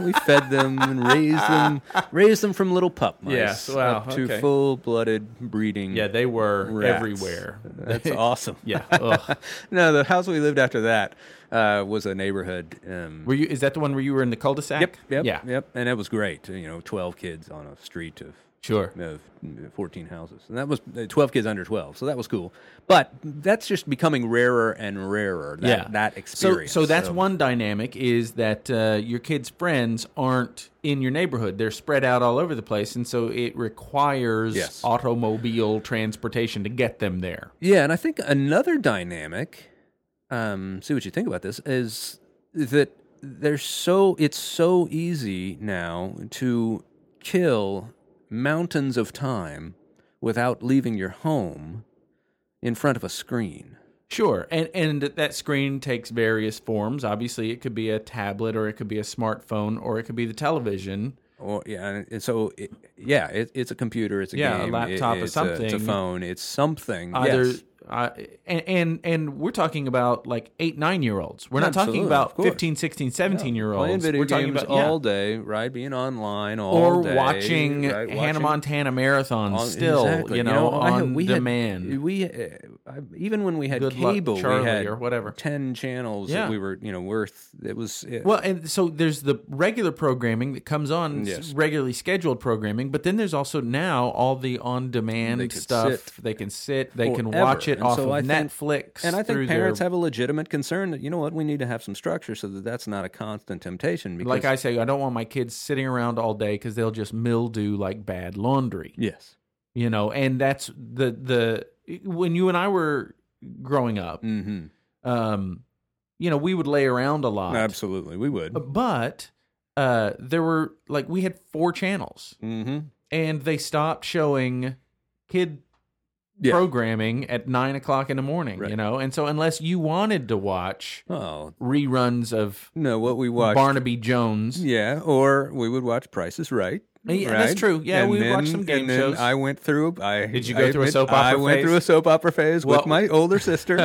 [SPEAKER 2] we fed them and raised them, raised them from little pup mice
[SPEAKER 1] Yes, wow,
[SPEAKER 2] up to
[SPEAKER 1] okay.
[SPEAKER 2] full-blooded breeding.
[SPEAKER 1] yeah, they were
[SPEAKER 2] rats.
[SPEAKER 1] everywhere.
[SPEAKER 2] That's awesome.
[SPEAKER 1] Yeah. Ugh.
[SPEAKER 2] No, the house we lived after that uh, was a neighborhood. Um,
[SPEAKER 1] were you? Is that the one where you were in the cul-de-sac?
[SPEAKER 2] yep, yep,
[SPEAKER 1] Yeah.
[SPEAKER 2] yep, and it was great. You know, twelve kids on a street of
[SPEAKER 1] Sure.
[SPEAKER 2] of 14 houses. And that was uh, 12 kids under 12. So that was cool. But that's just becoming rarer and rarer, that,
[SPEAKER 1] yeah.
[SPEAKER 2] that
[SPEAKER 1] So-
[SPEAKER 2] experience.
[SPEAKER 1] So, that's one dynamic is that uh, your kids' friends aren't in your neighborhood. They're spread out all over the place, and so it requires
[SPEAKER 2] Yes.
[SPEAKER 1] automobile transportation to get them there.
[SPEAKER 2] Yeah, and I think another dynamic, um, see what you think about this, is that there's so it's so easy now to kill mountains of time without leaving your home in front of a screen.
[SPEAKER 1] Sure, and and that screen takes various forms. Obviously, it could be a tablet, or it could be a smartphone, or it could be the television.
[SPEAKER 2] Or yeah, and and so it, yeah, it, it's a computer, it's a
[SPEAKER 1] Yeah, a
[SPEAKER 2] game, it-
[SPEAKER 1] laptop or
[SPEAKER 2] it's a- it's a
[SPEAKER 1] something.
[SPEAKER 2] phone, it's something.
[SPEAKER 1] Either
[SPEAKER 2] yes.
[SPEAKER 1] uh, and, and and we're talking about like eight, nine year olds. We're not
[SPEAKER 2] Absolutely,
[SPEAKER 1] talking
[SPEAKER 2] of
[SPEAKER 1] about
[SPEAKER 2] course.
[SPEAKER 1] 15, 16, 17 year
[SPEAKER 2] playing
[SPEAKER 1] olds.
[SPEAKER 2] video
[SPEAKER 1] we're talking
[SPEAKER 2] games
[SPEAKER 1] about yeah.
[SPEAKER 2] all day, right? Being online all
[SPEAKER 1] or
[SPEAKER 2] day,
[SPEAKER 1] watching
[SPEAKER 2] right?
[SPEAKER 1] Hannah
[SPEAKER 2] Watching-
[SPEAKER 1] Montana marathons
[SPEAKER 2] on-
[SPEAKER 1] still,
[SPEAKER 2] exactly.
[SPEAKER 1] you know,
[SPEAKER 2] I
[SPEAKER 1] on
[SPEAKER 2] had- we had-
[SPEAKER 1] demand.
[SPEAKER 2] we uh, I- even when we had
[SPEAKER 1] Good Luck
[SPEAKER 2] cable, we
[SPEAKER 1] Charlie
[SPEAKER 2] had
[SPEAKER 1] or whatever.
[SPEAKER 2] ten channels that
[SPEAKER 1] Yeah.
[SPEAKER 2] we were, you know, worth. It was uh,
[SPEAKER 1] well, and so there's the regular programming that comes on, s-
[SPEAKER 2] Yes.
[SPEAKER 1] regularly scheduled programming, but then there's also now all the on-demand
[SPEAKER 2] They could
[SPEAKER 1] stuff.
[SPEAKER 2] sit
[SPEAKER 1] They can sit, they can
[SPEAKER 2] forever.
[SPEAKER 1] watch it
[SPEAKER 2] And
[SPEAKER 1] off
[SPEAKER 2] so I
[SPEAKER 1] of
[SPEAKER 2] think-
[SPEAKER 1] Netflix.
[SPEAKER 2] And I
[SPEAKER 1] through
[SPEAKER 2] think parents
[SPEAKER 1] their,
[SPEAKER 2] have a legitimate concern that you know what we need to have some structure so that that's not a constant temptation. Because
[SPEAKER 1] like I say, I don't want my kids sitting around all day because they'll just mildew like bad laundry.
[SPEAKER 2] yes,
[SPEAKER 1] you know and that's the the when you and i were growing up
[SPEAKER 2] hmm
[SPEAKER 1] um you know we would lay around a lot
[SPEAKER 2] absolutely, we would.
[SPEAKER 1] but uh there were like we had four channels
[SPEAKER 2] hmm
[SPEAKER 1] and they stopped showing kid
[SPEAKER 2] Yeah.
[SPEAKER 1] programming at nine o'clock in the morning
[SPEAKER 2] Right.
[SPEAKER 1] you know and so unless you wanted to watch
[SPEAKER 2] Oh
[SPEAKER 1] reruns of
[SPEAKER 2] no, what we watched.
[SPEAKER 1] barnaby jones
[SPEAKER 2] Yeah, or we would watch Price is Right.
[SPEAKER 1] Yeah, that's
[SPEAKER 2] right?
[SPEAKER 1] true. Yeah,
[SPEAKER 2] And
[SPEAKER 1] we would watch
[SPEAKER 2] then-
[SPEAKER 1] some game
[SPEAKER 2] and then
[SPEAKER 1] shows.
[SPEAKER 2] I went through. I
[SPEAKER 1] Did you go
[SPEAKER 2] I
[SPEAKER 1] through a soap opera
[SPEAKER 2] I went
[SPEAKER 1] phase?
[SPEAKER 2] through a soap opera phase with
[SPEAKER 1] What-
[SPEAKER 2] my older sister.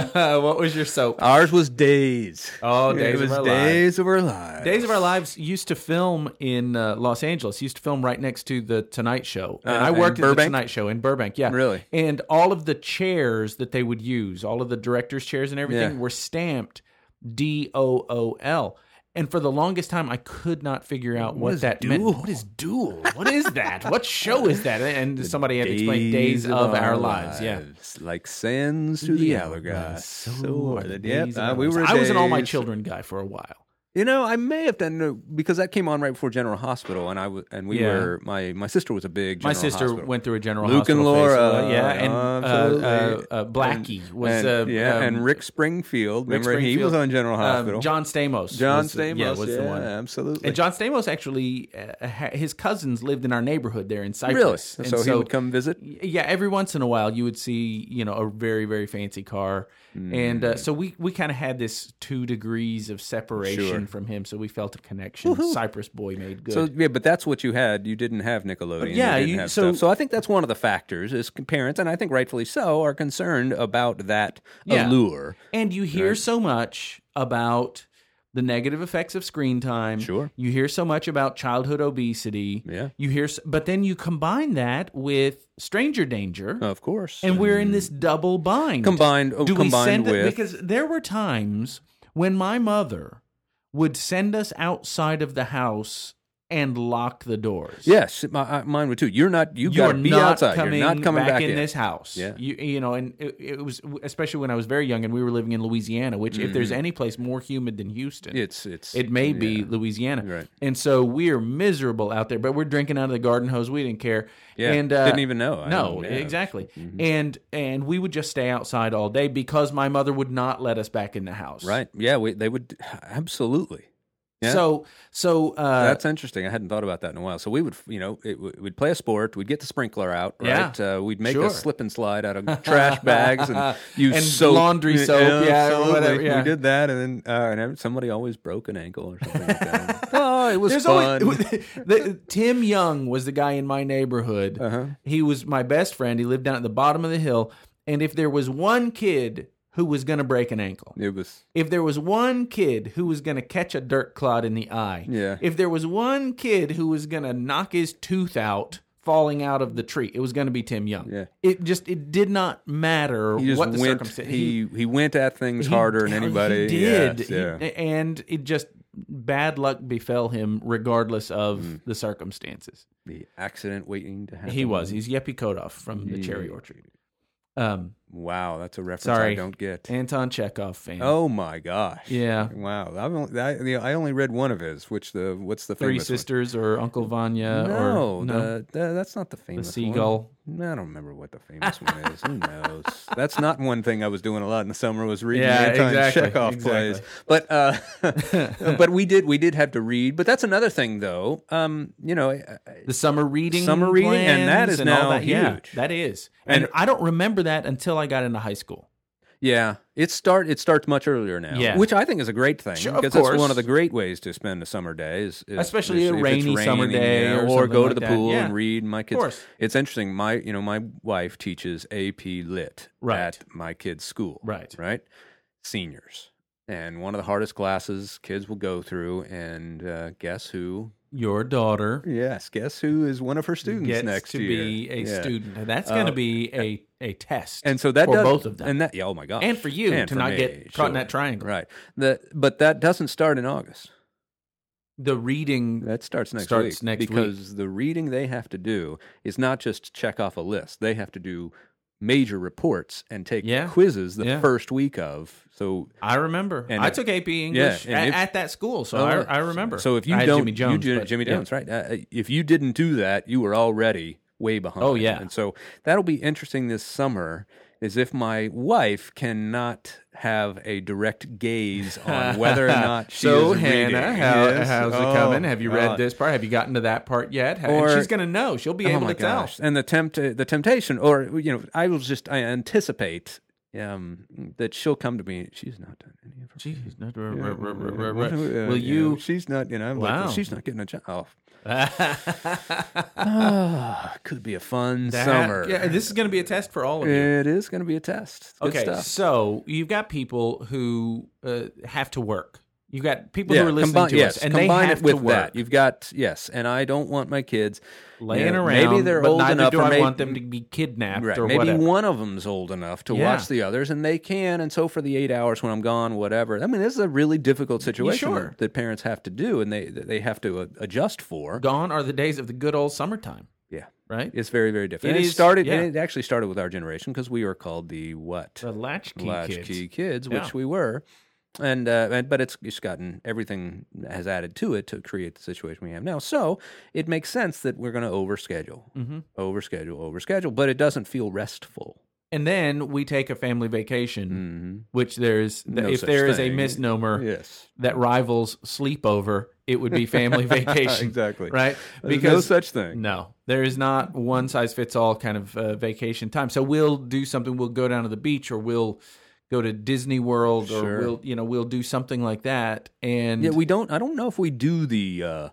[SPEAKER 1] what was your soap
[SPEAKER 2] Ours was Days.
[SPEAKER 1] oh
[SPEAKER 2] it
[SPEAKER 1] days
[SPEAKER 2] was
[SPEAKER 1] of our lives
[SPEAKER 2] Days of Our Lives.
[SPEAKER 1] Days of Our Lives used to film in uh, Los Angeles. Used to film right next to the Tonight Show, and
[SPEAKER 2] Uh,
[SPEAKER 1] I worked
[SPEAKER 2] in
[SPEAKER 1] at the
[SPEAKER 2] Burbank?
[SPEAKER 1] Tonight Show in Burbank. Yeah,
[SPEAKER 2] Really?
[SPEAKER 1] And all of the chairs that they would use, all of the directors' chairs and everything,
[SPEAKER 2] Yeah.
[SPEAKER 1] were stamped D O O L. And for the longest time, I could not figure out what,
[SPEAKER 2] is
[SPEAKER 1] that meant.
[SPEAKER 2] Duel?
[SPEAKER 1] What is Duel? What is that? what show is that? And somebody had to explain Days of Our, lives. Yeah.
[SPEAKER 2] Yeah, like sands through the hourglass.
[SPEAKER 1] So are the
[SPEAKER 2] Yep,
[SPEAKER 1] days. of
[SPEAKER 2] uh,
[SPEAKER 1] our
[SPEAKER 2] we
[SPEAKER 1] lives.
[SPEAKER 2] were
[SPEAKER 1] I was an all my
[SPEAKER 2] Days.
[SPEAKER 1] children guy for a while.
[SPEAKER 2] You know, I may have done uh, because that came on right before General Hospital, and I was, and we
[SPEAKER 1] Yeah.
[SPEAKER 2] were my my sister was a big
[SPEAKER 1] My
[SPEAKER 2] General
[SPEAKER 1] sister
[SPEAKER 2] Hospital.
[SPEAKER 1] went through a general
[SPEAKER 2] Luke and
[SPEAKER 1] hospital phase.
[SPEAKER 2] Laura,
[SPEAKER 1] Uh, yeah, and
[SPEAKER 2] absolutely.
[SPEAKER 1] uh, uh, uh, Blackie
[SPEAKER 2] And-
[SPEAKER 1] was
[SPEAKER 2] and,
[SPEAKER 1] uh,
[SPEAKER 2] yeah,
[SPEAKER 1] um,
[SPEAKER 2] and Rick Springfield.
[SPEAKER 1] Rick
[SPEAKER 2] Remember, he was
[SPEAKER 1] Springfield.
[SPEAKER 2] on General
[SPEAKER 1] um,
[SPEAKER 2] Hospital.
[SPEAKER 1] John Stamos.
[SPEAKER 2] John
[SPEAKER 1] was the-
[SPEAKER 2] Stamos
[SPEAKER 1] yeah, was the one.
[SPEAKER 2] absolutely.
[SPEAKER 1] And John Stamos actually, uh, ha- his cousins lived in our neighborhood there in Cyprus. And
[SPEAKER 2] really? so he would come visit.
[SPEAKER 1] Yeah, every once in a while you would see, you know, a very very fancy car, and uh, so we we kind of had this two degrees of separation
[SPEAKER 2] Sure.
[SPEAKER 1] from him, so we felt a connection. Cyprus boy made good.
[SPEAKER 2] So yeah, but that's what you had. You didn't have Nickelodeon.
[SPEAKER 1] yeah,
[SPEAKER 2] you didn't
[SPEAKER 1] you-
[SPEAKER 2] have
[SPEAKER 1] so-
[SPEAKER 2] stuff. So I think that's one of the factors is parents, and I think rightfully so, are concerned about that
[SPEAKER 1] Yeah.
[SPEAKER 2] allure.
[SPEAKER 1] And you hear so much about the negative effects of screen time.
[SPEAKER 2] Sure.
[SPEAKER 1] You hear so much about childhood obesity.
[SPEAKER 2] Yeah.
[SPEAKER 1] You hear, s- but then you combine that with stranger danger,
[SPEAKER 2] Of course,
[SPEAKER 1] and we're in this double bind.
[SPEAKER 2] combined. oh,
[SPEAKER 1] Do we
[SPEAKER 2] combined
[SPEAKER 1] send it?
[SPEAKER 2] with
[SPEAKER 1] Because there were times when my mother would send us outside of the house and lock the doors.
[SPEAKER 2] Yes, my, I- mine would too. You're not. You
[SPEAKER 1] You're
[SPEAKER 2] got to be
[SPEAKER 1] not
[SPEAKER 2] outside.
[SPEAKER 1] coming
[SPEAKER 2] You're not coming
[SPEAKER 1] back,
[SPEAKER 2] back,
[SPEAKER 1] in, this house.
[SPEAKER 2] Yeah.
[SPEAKER 1] You, you know, and it, it was especially when I was very young and we were living in Louisiana, which if there's any place more humid than Houston,
[SPEAKER 2] It's it's
[SPEAKER 1] it may be
[SPEAKER 2] Mm-hmm. yeah.
[SPEAKER 1] Louisiana.
[SPEAKER 2] Right.
[SPEAKER 1] And so we're miserable out there, but we're drinking out of the garden hose. We didn't care.
[SPEAKER 2] Yeah,
[SPEAKER 1] And uh,
[SPEAKER 2] didn't even know. I
[SPEAKER 1] no,
[SPEAKER 2] don't- yeah. Mm-hmm.
[SPEAKER 1] exactly. And and we would just stay outside all day because my mother would not let us back in the house.
[SPEAKER 2] right. Yeah, we, they would absolutely. Yeah.
[SPEAKER 1] So so uh,
[SPEAKER 2] That's interesting. I hadn't thought about that in a while. So we would, you know, it, we'd play a sport. We'd get the sprinkler out, right? Uh, we'd make
[SPEAKER 1] Sure.
[SPEAKER 2] a slip and slide out of trash bags and use
[SPEAKER 1] And
[SPEAKER 2] soap.
[SPEAKER 1] laundry soap, yeah, or
[SPEAKER 2] absolutely.
[SPEAKER 1] whatever, yeah.
[SPEAKER 2] We did that, and then uh, and somebody always broke an ankle or something. like that. oh, it was
[SPEAKER 1] There's
[SPEAKER 2] fun.
[SPEAKER 1] always the, Tim Young was the guy in my neighborhood.
[SPEAKER 2] Uh-huh.
[SPEAKER 1] He was my best friend. He lived down at the bottom of the hill. And if there was one kid who was going to break an ankle,
[SPEAKER 2] it was
[SPEAKER 1] if there was one kid who was going to catch a dirt clod in the eye,
[SPEAKER 2] Yeah.
[SPEAKER 1] if there was one kid who was going to knock his tooth out falling out of the tree, it was going to be Tim Young.
[SPEAKER 2] Yeah.
[SPEAKER 1] It just it did not matter
[SPEAKER 2] he just
[SPEAKER 1] what the
[SPEAKER 2] went.
[SPEAKER 1] circumstance.
[SPEAKER 2] He he went at things
[SPEAKER 1] he- oh,
[SPEAKER 2] harder than
[SPEAKER 1] he
[SPEAKER 2] anybody.
[SPEAKER 1] did.
[SPEAKER 2] Yes,
[SPEAKER 1] He-
[SPEAKER 2] yeah.
[SPEAKER 1] and it just bad luck befell him, regardless of
[SPEAKER 2] Hmm.
[SPEAKER 1] the circumstances.
[SPEAKER 2] the accident waiting to happen.
[SPEAKER 1] He was. He's Yepi Kodov from the Cherry
[SPEAKER 2] Yeah.
[SPEAKER 1] Orchard. Um,
[SPEAKER 2] Wow, that's a reference
[SPEAKER 1] Sorry.
[SPEAKER 2] I don't get.
[SPEAKER 1] Anton Chekhov fan.
[SPEAKER 2] Oh my gosh!
[SPEAKER 1] yeah.
[SPEAKER 2] Wow, I've only, I, you know, I only read one of his, which the what's the
[SPEAKER 1] Three
[SPEAKER 2] famous one?
[SPEAKER 1] Sisters or Uncle Vanya
[SPEAKER 2] No,
[SPEAKER 1] or
[SPEAKER 2] The, the- that's not the famous
[SPEAKER 1] seagull.
[SPEAKER 2] One. I don't remember what the famous one is. Who knows? That's not one thing I was doing a lot in the summer was reading
[SPEAKER 1] Yeah,
[SPEAKER 2] Anton
[SPEAKER 1] exactly,
[SPEAKER 2] Chekhov
[SPEAKER 1] exactly.
[SPEAKER 2] plays. But uh, but we did we did have to read. But that's another thing though. Um, you know, I- I-
[SPEAKER 1] the summer reading.
[SPEAKER 2] Summer reading, and that
[SPEAKER 1] plans
[SPEAKER 2] is
[SPEAKER 1] and all
[SPEAKER 2] now
[SPEAKER 1] that. Yeah,
[SPEAKER 2] huge.
[SPEAKER 1] that is. And,
[SPEAKER 2] And-
[SPEAKER 1] I don't remember that until I got into high school.
[SPEAKER 2] yeah, it start it starts much earlier now.
[SPEAKER 1] Yeah.
[SPEAKER 2] which I think is a great thing
[SPEAKER 1] Sure, of
[SPEAKER 2] because
[SPEAKER 1] course.
[SPEAKER 2] that's one of the great ways to spend a summer day is, is-
[SPEAKER 1] Especially
[SPEAKER 2] is
[SPEAKER 1] a
[SPEAKER 2] if it's
[SPEAKER 1] rainy summer day
[SPEAKER 2] yeah,
[SPEAKER 1] or
[SPEAKER 2] or,
[SPEAKER 1] something
[SPEAKER 2] go
[SPEAKER 1] like
[SPEAKER 2] to the
[SPEAKER 1] that.
[SPEAKER 2] pool
[SPEAKER 1] Yeah.
[SPEAKER 2] and read. My kids,
[SPEAKER 1] course.
[SPEAKER 2] it's interesting. My you know my wife teaches AP Lit
[SPEAKER 1] Right.
[SPEAKER 2] at my kids' school.
[SPEAKER 1] Right.
[SPEAKER 2] right? Seniors. And one of the hardest classes kids will go through, and uh, guess who?
[SPEAKER 1] Your daughter
[SPEAKER 2] Yes, guess who is one of her students
[SPEAKER 1] gets
[SPEAKER 2] next
[SPEAKER 1] to
[SPEAKER 2] year?
[SPEAKER 1] be a
[SPEAKER 2] Yeah.
[SPEAKER 1] student. And that's going to
[SPEAKER 2] Uh,
[SPEAKER 1] be a, a test.
[SPEAKER 2] And so that
[SPEAKER 1] for
[SPEAKER 2] does-
[SPEAKER 1] both of them.
[SPEAKER 2] and that yeah, oh my god,
[SPEAKER 1] And for you to not get caught in that triangle.
[SPEAKER 2] right? The, but that doesn't start in August.
[SPEAKER 1] the reading
[SPEAKER 2] That starts next
[SPEAKER 1] Starts
[SPEAKER 2] week
[SPEAKER 1] next week.
[SPEAKER 2] because the reading they have to do is not just check off a list. They have to do major reports and take
[SPEAKER 1] Yeah.
[SPEAKER 2] quizzes the
[SPEAKER 1] Yeah.
[SPEAKER 2] first week of. So
[SPEAKER 1] I remember.
[SPEAKER 2] And
[SPEAKER 1] I
[SPEAKER 2] if-
[SPEAKER 1] took AP English
[SPEAKER 2] and
[SPEAKER 1] at,
[SPEAKER 2] if-
[SPEAKER 1] at that school, so
[SPEAKER 2] Oh,
[SPEAKER 1] I,
[SPEAKER 2] right.
[SPEAKER 1] I remember.
[SPEAKER 2] So if you
[SPEAKER 1] I had
[SPEAKER 2] don't,
[SPEAKER 1] Jimmy Jones,
[SPEAKER 2] you, Jim-
[SPEAKER 1] but-
[SPEAKER 2] Jimmy
[SPEAKER 1] yeah.
[SPEAKER 2] Jones, right? Uh, if you didn't do that, you were already way behind.
[SPEAKER 1] Oh, yeah.
[SPEAKER 2] And so that'll be interesting this summer. Is if my wife cannot have a direct gaze on whether or not she
[SPEAKER 1] so
[SPEAKER 2] is
[SPEAKER 1] Hannah,
[SPEAKER 2] reading.
[SPEAKER 1] how,
[SPEAKER 2] Yes.
[SPEAKER 1] how's
[SPEAKER 2] Oh,
[SPEAKER 1] it coming? Have you read
[SPEAKER 2] God.
[SPEAKER 1] this part? Have you gotten to that part yet? Ha- and
[SPEAKER 2] Or- Oh
[SPEAKER 1] she's going to know. She'll be able to tell.
[SPEAKER 2] And the tempt, the temptation, or you know, I will just I anticipate um, that she'll come to me. She's not done any of her.
[SPEAKER 1] Jeez, not-
[SPEAKER 2] Yeah,
[SPEAKER 1] right, right, right,
[SPEAKER 2] yeah,
[SPEAKER 1] right, right.
[SPEAKER 2] uh, yeah,
[SPEAKER 1] Will
[SPEAKER 2] know,
[SPEAKER 1] you?
[SPEAKER 2] she's not. You know, I'm like,
[SPEAKER 1] Wow.
[SPEAKER 2] well, she's not getting a job. Oh. Ah, could be a fun
[SPEAKER 1] That-
[SPEAKER 2] summer.
[SPEAKER 1] Yeah, this is going to be a test for all of you.
[SPEAKER 2] it is going to be a test. It's good
[SPEAKER 1] okay,
[SPEAKER 2] stuff.
[SPEAKER 1] so you've got people who uh, have to work. You've got people who are listening
[SPEAKER 2] combine,
[SPEAKER 1] to
[SPEAKER 2] yes,
[SPEAKER 1] us, and they
[SPEAKER 2] combine
[SPEAKER 1] have
[SPEAKER 2] it with
[SPEAKER 1] to work.
[SPEAKER 2] that. You've got yes, and I don't want my kids you
[SPEAKER 1] laying
[SPEAKER 2] know,
[SPEAKER 1] around.
[SPEAKER 2] Maybe they're
[SPEAKER 1] but
[SPEAKER 2] old
[SPEAKER 1] neither
[SPEAKER 2] enough,
[SPEAKER 1] do
[SPEAKER 2] or
[SPEAKER 1] I
[SPEAKER 2] may-
[SPEAKER 1] want them to be kidnapped
[SPEAKER 2] Right.
[SPEAKER 1] or
[SPEAKER 2] Maybe
[SPEAKER 1] whatever.
[SPEAKER 2] one of them's old enough to
[SPEAKER 1] Yeah.
[SPEAKER 2] watch the others, and they can. And so for the eight hours when I'm gone, whatever. I mean, this is a really difficult situation
[SPEAKER 1] sure.
[SPEAKER 2] that parents have to do, and they they have to uh, adjust for.
[SPEAKER 1] Gone are the days of the good old summertime,
[SPEAKER 2] Yeah,
[SPEAKER 1] right?
[SPEAKER 2] it's very very different.
[SPEAKER 1] It
[SPEAKER 2] And
[SPEAKER 1] is-
[SPEAKER 2] started.
[SPEAKER 1] yeah.
[SPEAKER 2] And it actually started with our generation because we were called the what
[SPEAKER 1] The latchkey,
[SPEAKER 2] latchkey
[SPEAKER 1] kids.
[SPEAKER 2] kids,
[SPEAKER 1] Yeah.
[SPEAKER 2] which we were. And, uh, and but it's it's gotten everything has added to it to create the situation we have now. So it makes sense that we're going to overschedule,
[SPEAKER 1] Mm-hmm.
[SPEAKER 2] overschedule, overschedule. But it doesn't feel restful.
[SPEAKER 1] And then we take a family vacation,
[SPEAKER 2] Mm-hmm.
[SPEAKER 1] which there's
[SPEAKER 2] No
[SPEAKER 1] if
[SPEAKER 2] such
[SPEAKER 1] there is a
[SPEAKER 2] thing.
[SPEAKER 1] misnomer
[SPEAKER 2] Yes,
[SPEAKER 1] that rivals sleepover, it would be family vacation,
[SPEAKER 2] exactly.
[SPEAKER 1] right?
[SPEAKER 2] There's no such thing.
[SPEAKER 1] No, there is not one size fits all kind of uh, vacation time. So we'll do something. We'll go down to the beach, or we'll go to Disney World, or
[SPEAKER 2] Sure.
[SPEAKER 1] we'll you know we'll do something like that. And
[SPEAKER 2] Yeah, we don't. I don't know if we do the uh,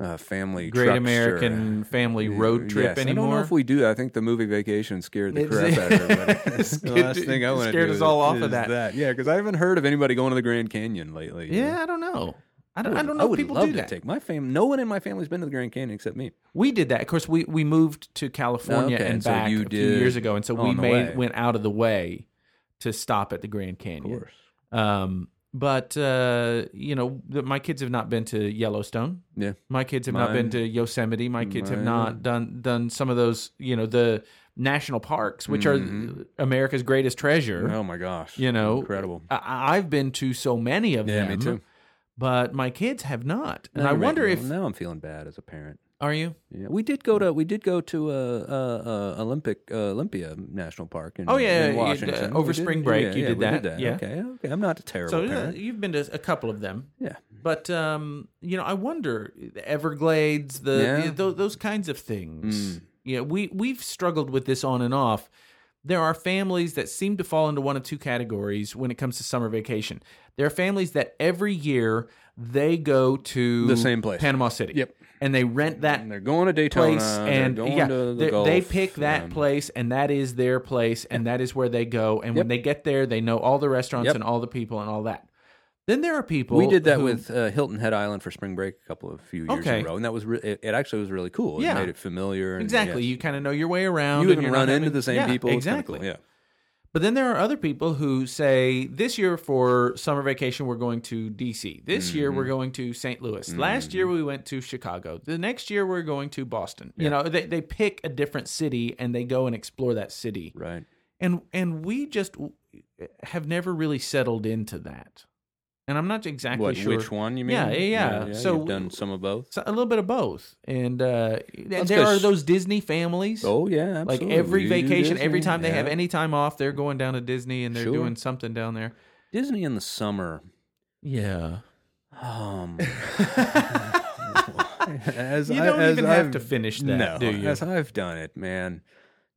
[SPEAKER 2] uh, family
[SPEAKER 1] Great
[SPEAKER 2] truckster-
[SPEAKER 1] American Family Road Trip
[SPEAKER 2] Yes,
[SPEAKER 1] anymore.
[SPEAKER 2] I don't know if we do. I think the movie Vacation scared the
[SPEAKER 1] It's-
[SPEAKER 2] crap out of everybody.
[SPEAKER 1] scared-
[SPEAKER 2] the last thing I want to
[SPEAKER 1] scared
[SPEAKER 2] do
[SPEAKER 1] us
[SPEAKER 2] is,
[SPEAKER 1] all off of
[SPEAKER 2] is
[SPEAKER 1] that.
[SPEAKER 2] Yeah, because I haven't heard of anybody going to the Grand Canyon lately.
[SPEAKER 1] yeah, I don't know. I don't, I don't know
[SPEAKER 2] I
[SPEAKER 1] if
[SPEAKER 2] would
[SPEAKER 1] people
[SPEAKER 2] love
[SPEAKER 1] do
[SPEAKER 2] to
[SPEAKER 1] that.
[SPEAKER 2] take my family. No one in my family's been to the Grand Canyon except me.
[SPEAKER 1] We did that. Of course, we, we moved to California
[SPEAKER 2] Okay,
[SPEAKER 1] and
[SPEAKER 2] and so
[SPEAKER 1] back
[SPEAKER 2] you
[SPEAKER 1] a few years
[SPEAKER 2] did
[SPEAKER 1] ago, and so we
[SPEAKER 2] on the
[SPEAKER 1] made
[SPEAKER 2] way.
[SPEAKER 1] went out of the way to stop at the Grand Canyon. Um, But uh, you know, th- my kids have not been to Yellowstone.
[SPEAKER 2] Yeah.
[SPEAKER 1] my kids have not been
[SPEAKER 2] Mine-
[SPEAKER 1] to Yosemite. My kids have
[SPEAKER 2] mine-
[SPEAKER 1] not done done some of those. You know, the national parks, which
[SPEAKER 2] Mhm.
[SPEAKER 1] are America's greatest treasure.
[SPEAKER 2] Oh my gosh.
[SPEAKER 1] You know,
[SPEAKER 2] Incredible.
[SPEAKER 1] I- I've been to so many of
[SPEAKER 2] Yeah,
[SPEAKER 1] them.
[SPEAKER 2] me too.
[SPEAKER 1] But my kids have not, and
[SPEAKER 2] Now
[SPEAKER 1] I
[SPEAKER 2] you're
[SPEAKER 1] wonder
[SPEAKER 2] making-
[SPEAKER 1] if
[SPEAKER 2] now I'm feeling bad as a parent.
[SPEAKER 1] are you?
[SPEAKER 2] Yeah, we did go to we did go to uh, uh, uh, Olympic uh, Olympia National Park. In,
[SPEAKER 1] Oh, yeah,
[SPEAKER 2] in
[SPEAKER 1] you- uh,
[SPEAKER 2] Washington.
[SPEAKER 1] over
[SPEAKER 2] We did-
[SPEAKER 1] spring break,
[SPEAKER 2] yeah,
[SPEAKER 1] you
[SPEAKER 2] yeah,
[SPEAKER 1] did
[SPEAKER 2] we
[SPEAKER 1] that, yeah.
[SPEAKER 2] okay, okay. I'm not a terrible
[SPEAKER 1] So uh,
[SPEAKER 2] parent.
[SPEAKER 1] you've been to a couple of them.
[SPEAKER 2] Yeah.
[SPEAKER 1] But um, you know, I wonder the Everglades, the,
[SPEAKER 2] Yeah.
[SPEAKER 1] the- tho- those kinds of things.
[SPEAKER 2] Mm.
[SPEAKER 1] Yeah, we we've struggled with this on and off. There are families that seem to fall into one of two categories when it comes to summer vacation. There are families that every year they go to
[SPEAKER 2] The same place.
[SPEAKER 1] Panama City.
[SPEAKER 2] Yep.
[SPEAKER 1] and they rent that
[SPEAKER 2] And they're going to Daytona.
[SPEAKER 1] place
[SPEAKER 2] they're
[SPEAKER 1] and
[SPEAKER 2] going
[SPEAKER 1] yeah,
[SPEAKER 2] to the
[SPEAKER 1] they,
[SPEAKER 2] Gulf,
[SPEAKER 1] they pick that
[SPEAKER 2] um,
[SPEAKER 1] place and that is their place and that is where they go and when
[SPEAKER 2] Yep.
[SPEAKER 1] they get there they know all the restaurants
[SPEAKER 2] Yep.
[SPEAKER 1] and all the people and all that. Then there are people
[SPEAKER 2] We did that
[SPEAKER 1] who-
[SPEAKER 2] with uh, Hilton Head Island for spring break a couple of few years
[SPEAKER 1] Okay.
[SPEAKER 2] in a row, and that was re- it, it. Actually, was really cool. It
[SPEAKER 1] Yeah.
[SPEAKER 2] made it familiar. and-
[SPEAKER 1] Exactly.
[SPEAKER 2] yes.
[SPEAKER 1] You kind of know your way around.
[SPEAKER 2] You
[SPEAKER 1] and
[SPEAKER 2] even
[SPEAKER 1] you're not
[SPEAKER 2] run into
[SPEAKER 1] having-
[SPEAKER 2] the same
[SPEAKER 1] Yeah,
[SPEAKER 2] people. It's kinda
[SPEAKER 1] Exactly.
[SPEAKER 2] cool, Yeah.
[SPEAKER 1] But then there are other people who say, this year for summer vacation, we're going to DC. This year,
[SPEAKER 2] Mm-hmm.
[SPEAKER 1] we're going to St. Louis. Last year, we went to Chicago. The next year, we're going to Boston. You know, they, they pick a different city and they go and explore that city.
[SPEAKER 2] Right.
[SPEAKER 1] And, and we just w- have never really settled into that. And I'm not exactly
[SPEAKER 2] What?
[SPEAKER 1] sure.
[SPEAKER 2] Which one? You mean?
[SPEAKER 1] Yeah, yeah, yeah. So-
[SPEAKER 2] you've done some of both.
[SPEAKER 1] So, a little bit of both. And, uh, and
[SPEAKER 2] That's
[SPEAKER 1] there are
[SPEAKER 2] because-
[SPEAKER 1] those Disney families.
[SPEAKER 2] Oh yeah.
[SPEAKER 1] like
[SPEAKER 2] Absolutely.
[SPEAKER 1] every
[SPEAKER 2] You do
[SPEAKER 1] vacation, every
[SPEAKER 2] Disney,
[SPEAKER 1] time they have
[SPEAKER 2] yeah.
[SPEAKER 1] any time off, they're going down to Disney and they're
[SPEAKER 2] Sure.
[SPEAKER 1] doing something down there.
[SPEAKER 2] Disney in the summer.
[SPEAKER 1] Yeah.
[SPEAKER 2] Um, as
[SPEAKER 1] You
[SPEAKER 2] I-
[SPEAKER 1] don't
[SPEAKER 2] as
[SPEAKER 1] even have
[SPEAKER 2] I've-
[SPEAKER 1] to finish that,
[SPEAKER 2] no,
[SPEAKER 1] do you?
[SPEAKER 2] As I've done it, man,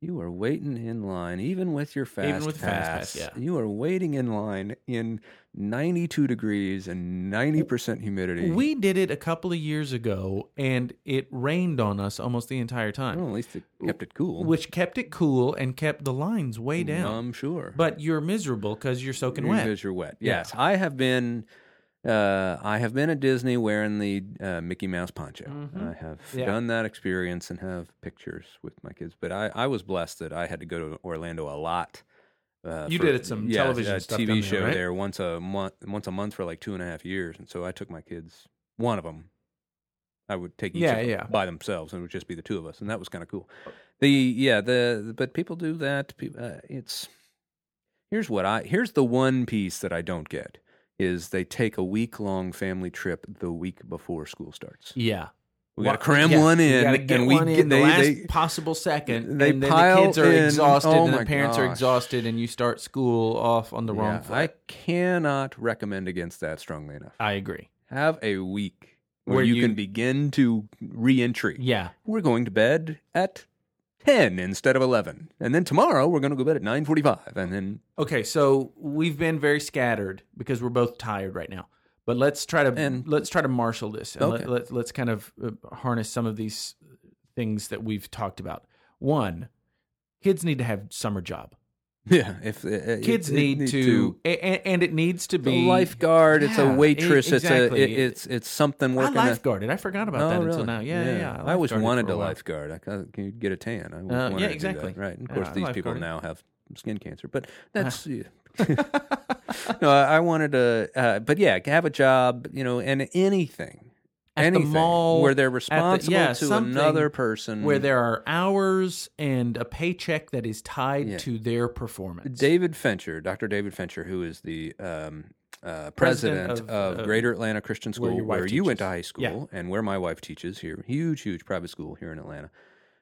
[SPEAKER 2] you are waiting in line, even with your fast
[SPEAKER 1] Even with fast pass, yeah.
[SPEAKER 2] You are waiting in line in 92 degrees and 90% humidity.
[SPEAKER 1] We did it a couple of years ago and it rained on us almost the entire time,
[SPEAKER 2] well, at least it kept it cool.
[SPEAKER 1] which kept it cool and kept the lines way down.
[SPEAKER 2] I'm sure.
[SPEAKER 1] but you're miserable because you're soaking wet.
[SPEAKER 2] Because you're wet.
[SPEAKER 1] Yeah.
[SPEAKER 2] Yes, I have been. Uh, I have been at Disney wearing the uh, Mickey Mouse poncho. I have
[SPEAKER 1] Mm-hmm. Yeah.
[SPEAKER 2] done that experience and have pictures with my kids. But I, I was blessed that I had to go to Orlando a lot. Uh,
[SPEAKER 1] You did it some
[SPEAKER 2] yeah,
[SPEAKER 1] television
[SPEAKER 2] a
[SPEAKER 1] stuff
[SPEAKER 2] TV
[SPEAKER 1] down there,
[SPEAKER 2] show
[SPEAKER 1] right?
[SPEAKER 2] there once a month, once a month for like two and a half years, and so I took my kids. One of them, I would take each
[SPEAKER 1] Yeah,
[SPEAKER 2] of them
[SPEAKER 1] yeah. Oh.
[SPEAKER 2] by themselves, and it would just be the two of us, and that was kind of cool. The yeah, the but people do that. People, uh, it's here's what I here's the one piece that I don't get is they take a week long family trip the week before school starts.
[SPEAKER 1] Yeah.
[SPEAKER 2] We got to
[SPEAKER 1] Wha-
[SPEAKER 2] cram
[SPEAKER 1] yeah,
[SPEAKER 2] one
[SPEAKER 1] you
[SPEAKER 2] in,
[SPEAKER 1] gotta get
[SPEAKER 2] and we
[SPEAKER 1] one in
[SPEAKER 2] get
[SPEAKER 1] the
[SPEAKER 2] they,
[SPEAKER 1] last
[SPEAKER 2] they-
[SPEAKER 1] possible second.
[SPEAKER 2] they
[SPEAKER 1] and then the
[SPEAKER 2] pile
[SPEAKER 1] kids are
[SPEAKER 2] in-
[SPEAKER 1] exhausted,
[SPEAKER 2] oh
[SPEAKER 1] and
[SPEAKER 2] my
[SPEAKER 1] the parents are
[SPEAKER 2] gosh.
[SPEAKER 1] exhausted, and you start school off on the wrong
[SPEAKER 2] Yeah,
[SPEAKER 1] foot.
[SPEAKER 2] I cannot recommend against that strongly enough.
[SPEAKER 1] I agree.
[SPEAKER 2] Have a week where,
[SPEAKER 1] Where
[SPEAKER 2] you,
[SPEAKER 1] you-
[SPEAKER 2] can begin to reentry.
[SPEAKER 1] Yeah.
[SPEAKER 2] We're going to bed at ten instead of eleven, and then tomorrow we're going to go bed at nine forty-five, and then
[SPEAKER 1] Okay, so we've been very scattered because we're both tired right now. But let's try to
[SPEAKER 2] And-
[SPEAKER 1] let's try to marshal this and
[SPEAKER 2] Okay.
[SPEAKER 1] let, let, let's kind of uh, harness some of these things that we've talked about. One, kids need to have summer job.
[SPEAKER 2] yeah. If uh, uh,
[SPEAKER 1] Kids
[SPEAKER 2] it- it
[SPEAKER 1] need, to, and, and it needs to
[SPEAKER 2] It's
[SPEAKER 1] be
[SPEAKER 2] a lifeguard. it's
[SPEAKER 1] Yeah,
[SPEAKER 2] a
[SPEAKER 1] e-
[SPEAKER 2] waitress.
[SPEAKER 1] exactly.
[SPEAKER 2] It's a. It, it's it's something
[SPEAKER 1] I
[SPEAKER 2] working. a-
[SPEAKER 1] lifeguarded. I forgot about that
[SPEAKER 2] Oh,
[SPEAKER 1] until
[SPEAKER 2] really?
[SPEAKER 1] now. Yeah, yeah.
[SPEAKER 2] I, always
[SPEAKER 1] lifeguarded
[SPEAKER 2] wanted
[SPEAKER 1] for a
[SPEAKER 2] to
[SPEAKER 1] while.
[SPEAKER 2] lifeguard. I ca- can you get a tan. I always
[SPEAKER 1] Uh,
[SPEAKER 2] wanted
[SPEAKER 1] yeah,
[SPEAKER 2] to do that,
[SPEAKER 1] exactly.
[SPEAKER 2] right. And of
[SPEAKER 1] Yeah,
[SPEAKER 2] course,
[SPEAKER 1] I
[SPEAKER 2] these people
[SPEAKER 1] lifeguarded.
[SPEAKER 2] now have skin cancer, but that's. yeah. no, I I wanted to, uh, but yeah, have a job, you know, and anything,
[SPEAKER 1] At the
[SPEAKER 2] anything
[SPEAKER 1] mall,
[SPEAKER 2] where
[SPEAKER 1] at
[SPEAKER 2] they're
[SPEAKER 1] the-
[SPEAKER 2] responsible
[SPEAKER 1] yeah,
[SPEAKER 2] to
[SPEAKER 1] something
[SPEAKER 2] another person,
[SPEAKER 1] Where there are hours and a paycheck that is tied to their performance.
[SPEAKER 2] David Fincher, Dr. David Fincher, who is the um, uh,
[SPEAKER 1] President
[SPEAKER 2] president,
[SPEAKER 1] of,
[SPEAKER 2] of,
[SPEAKER 1] uh,
[SPEAKER 2] Greater Atlanta Christian
[SPEAKER 1] where
[SPEAKER 2] School,
[SPEAKER 1] your
[SPEAKER 2] where,
[SPEAKER 1] wife
[SPEAKER 2] you went to
[SPEAKER 1] teaches.
[SPEAKER 2] high school
[SPEAKER 1] Yeah.
[SPEAKER 2] and where my wife teaches here, huge, huge private school here in Atlanta.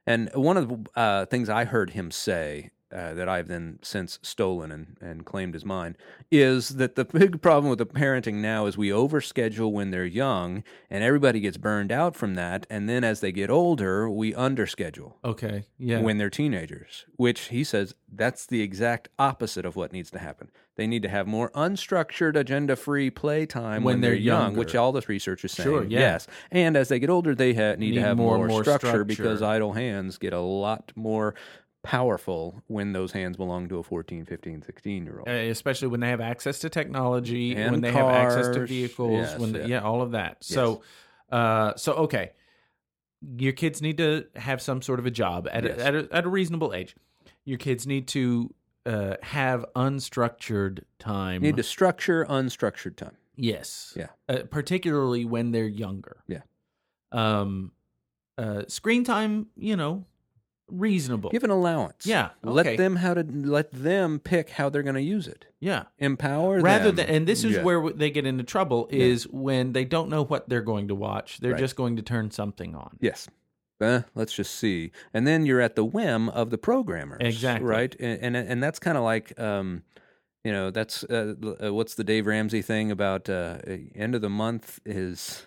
[SPEAKER 2] And one of the uh, things I heard him say uh, that I've then since stolen and, and claimed as mine is that the big problem with the parenting now is we overschedule when they're young, and everybody gets burned out from that. And then as they get older, we underschedule
[SPEAKER 1] okay. Yeah.
[SPEAKER 2] when they're teenagers, which he says that's the exact opposite of what needs to happen. They need to have more unstructured, agenda free playtime
[SPEAKER 1] When
[SPEAKER 2] when,
[SPEAKER 1] they're
[SPEAKER 2] they're, young,
[SPEAKER 1] younger.
[SPEAKER 2] which all this research is saying.
[SPEAKER 1] Sure, yeah.
[SPEAKER 2] Yes. And as they get older, they ha- need,
[SPEAKER 1] Need
[SPEAKER 2] to have
[SPEAKER 1] more
[SPEAKER 2] more,
[SPEAKER 1] and more
[SPEAKER 2] structure,
[SPEAKER 1] structure.
[SPEAKER 2] because idle hands get a lot more powerful when those hands belong to a 14, 15, 16 year old.
[SPEAKER 1] Uh, especially when they have access to technology,
[SPEAKER 2] And
[SPEAKER 1] when they have access to
[SPEAKER 2] cars.
[SPEAKER 1] vehicles,
[SPEAKER 2] Yes,
[SPEAKER 1] when the, yeah.
[SPEAKER 2] yeah.
[SPEAKER 1] all of that. So, uh, so okay, your kids need to have some sort of a job at
[SPEAKER 2] Yes.
[SPEAKER 1] a, at, a, at a reasonable age. Your kids need to uh, have unstructured time.
[SPEAKER 2] You need to structure unstructured time.
[SPEAKER 1] Yes.
[SPEAKER 2] Yeah.
[SPEAKER 1] Uh, particularly when they're younger.
[SPEAKER 2] Yeah.
[SPEAKER 1] Um, uh, screen time, you know, reasonable.
[SPEAKER 2] Give an allowance.
[SPEAKER 1] yeah. okay,
[SPEAKER 2] Let them how to let them pick how they're going to use it.
[SPEAKER 1] Yeah.
[SPEAKER 2] Empower
[SPEAKER 1] Rather
[SPEAKER 2] them.
[SPEAKER 1] than, and this is
[SPEAKER 2] Yeah.
[SPEAKER 1] where they get into trouble is when they don't know what they're going to watch. They're
[SPEAKER 2] Right.
[SPEAKER 1] just going to turn something on.
[SPEAKER 2] Yes. Uh, let's just see. And then you're at the whim of the programmers.
[SPEAKER 1] Exactly.
[SPEAKER 2] Right? And and, and that's kind of like um you know, that's uh, l- uh, what's the Dave Ramsey thing about uh end of the month is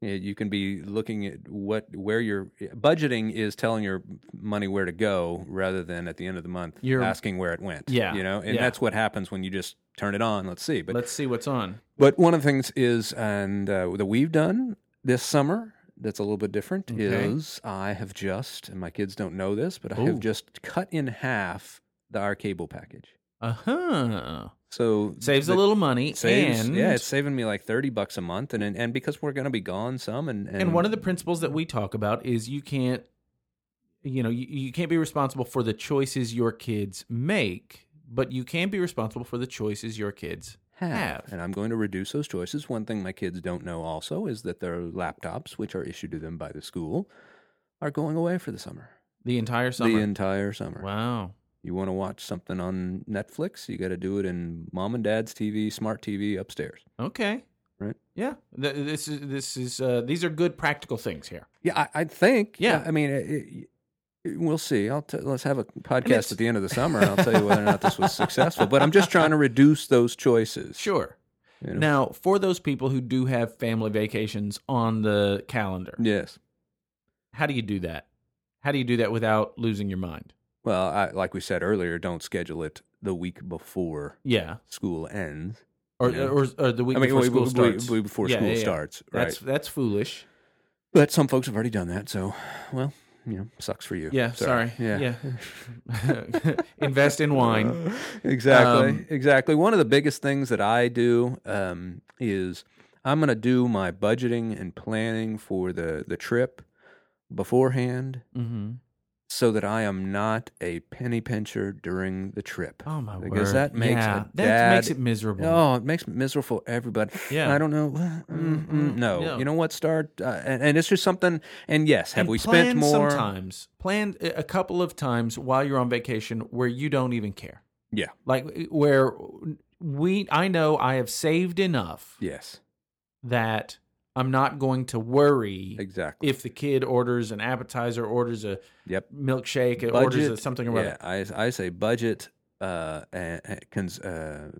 [SPEAKER 2] you know, you can be looking at what where your eh, budgeting is telling your money where to go rather than at the end of the month
[SPEAKER 1] You're-
[SPEAKER 2] asking where it went.
[SPEAKER 1] Yeah,
[SPEAKER 2] You know, and
[SPEAKER 1] yeah.
[SPEAKER 2] that's what happens when you just turn it on. Let's see. But
[SPEAKER 1] Let's see what's on.
[SPEAKER 2] but one of the things is, and uh, that we've done this summer that's a little bit different
[SPEAKER 1] Okay.
[SPEAKER 2] is I have just, and my kids don't know this, but I
[SPEAKER 1] Ooh.
[SPEAKER 2] have just cut in half the, our cable package.
[SPEAKER 1] Uh huh.
[SPEAKER 2] So
[SPEAKER 1] Saves
[SPEAKER 2] the-
[SPEAKER 1] a little money.
[SPEAKER 2] saves-
[SPEAKER 1] and
[SPEAKER 2] yeah, it's saving me like thirty bucks a month, and and, and because we're going to be gone some, and, and
[SPEAKER 1] and one of the principles that we talk about is you can't you know you, you can't be responsible for the choices your kids make but you can be responsible for the choices your kids have.
[SPEAKER 2] and I'm going to reduce those choices. One thing my kids don't know also is that their laptops, which are issued to them by the school, are going away for the summer,
[SPEAKER 1] the entire summer
[SPEAKER 2] the entire summer.
[SPEAKER 1] wow
[SPEAKER 2] You want to watch something on Netflix, you got to do it in mom and dad's TV, smart TV upstairs.
[SPEAKER 1] okay
[SPEAKER 2] Right.
[SPEAKER 1] yeah Th- this is this is uh, these are good practical things here
[SPEAKER 2] Yeah, I, I think.
[SPEAKER 1] Yeah.
[SPEAKER 2] I mean, it, it- it- we'll see. I'll t- let's have a
[SPEAKER 1] it's-
[SPEAKER 2] podcast at the end of the summer, and I'll tell you whether or not this was successful. But I'm just trying to reduce those choices.
[SPEAKER 1] sure
[SPEAKER 2] you know?
[SPEAKER 1] now for those people who do have family vacations on the calendar
[SPEAKER 2] Yes.
[SPEAKER 1] how do you do that how do you do that without losing your mind
[SPEAKER 2] Well, I, like we said earlier, don't schedule it the week before
[SPEAKER 1] yeah
[SPEAKER 2] school ends.
[SPEAKER 1] or
[SPEAKER 2] Yeah.
[SPEAKER 1] or, or the week
[SPEAKER 2] I mean,
[SPEAKER 1] before
[SPEAKER 2] we-
[SPEAKER 1] school
[SPEAKER 2] we-
[SPEAKER 1] starts
[SPEAKER 2] we- before
[SPEAKER 1] Yeah,
[SPEAKER 2] school
[SPEAKER 1] yeah, yeah.
[SPEAKER 2] starts, right?
[SPEAKER 1] that's that's foolish
[SPEAKER 2] But some folks have already done that, so well, you know, sucks for you.
[SPEAKER 1] Yeah, sorry.
[SPEAKER 2] Yeah.
[SPEAKER 1] Yeah. Invest in wine.
[SPEAKER 2] exactly.
[SPEAKER 1] Um,
[SPEAKER 2] exactly. One of the biggest things that I do um, is I'm going to do my budgeting and planning for the, the trip beforehand
[SPEAKER 1] Mm-hmm.
[SPEAKER 2] so that I am not a penny pincher during the trip.
[SPEAKER 1] Oh my word.
[SPEAKER 2] Because that makes
[SPEAKER 1] yeah,
[SPEAKER 2] a
[SPEAKER 1] that makes
[SPEAKER 2] dad-
[SPEAKER 1] it miserable.
[SPEAKER 2] Oh, it makes me miserable for everybody.
[SPEAKER 1] Yeah.
[SPEAKER 2] I don't know. Mm, mm,
[SPEAKER 1] Mm,
[SPEAKER 2] no.
[SPEAKER 1] yeah.
[SPEAKER 2] You know what? Start, uh, and, and it's just something. And yes, have
[SPEAKER 1] And
[SPEAKER 2] we
[SPEAKER 1] plan
[SPEAKER 2] spent more?
[SPEAKER 1] Sometimes plan a a couple of times while you're on vacation where you don't even care.
[SPEAKER 2] Yeah.
[SPEAKER 1] Like where we, I know I have saved enough
[SPEAKER 2] Yes,
[SPEAKER 1] that I'm not going to worry
[SPEAKER 2] exactly.
[SPEAKER 1] if the kid orders an appetizer, orders a
[SPEAKER 2] Yep.
[SPEAKER 1] milkshake, orders a
[SPEAKER 2] Budget,
[SPEAKER 1] something or other.
[SPEAKER 2] Yeah, I, I say budget uh, and, and cons, uh,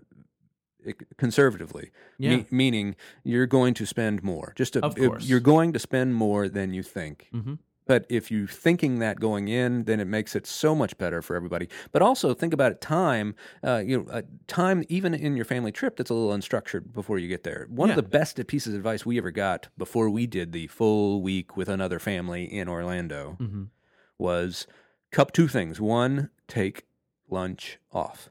[SPEAKER 2] ec- conservatively,
[SPEAKER 1] Yeah.
[SPEAKER 2] Me- meaning you're going to spend more. Just a,
[SPEAKER 1] Of
[SPEAKER 2] if
[SPEAKER 1] course.
[SPEAKER 2] you're going to spend more than you think.
[SPEAKER 1] Mhm.
[SPEAKER 2] But if you're thinking that going in, then it makes it so much better for everybody. But also think about it, time, uh, you know, uh, time even in your family trip that's a little unstructured before you get there. One
[SPEAKER 1] Yeah.
[SPEAKER 2] of the best pieces of advice we ever got before we did the full week with another family in Orlando
[SPEAKER 1] Mhm.
[SPEAKER 2] was cup two things. One, take lunch off.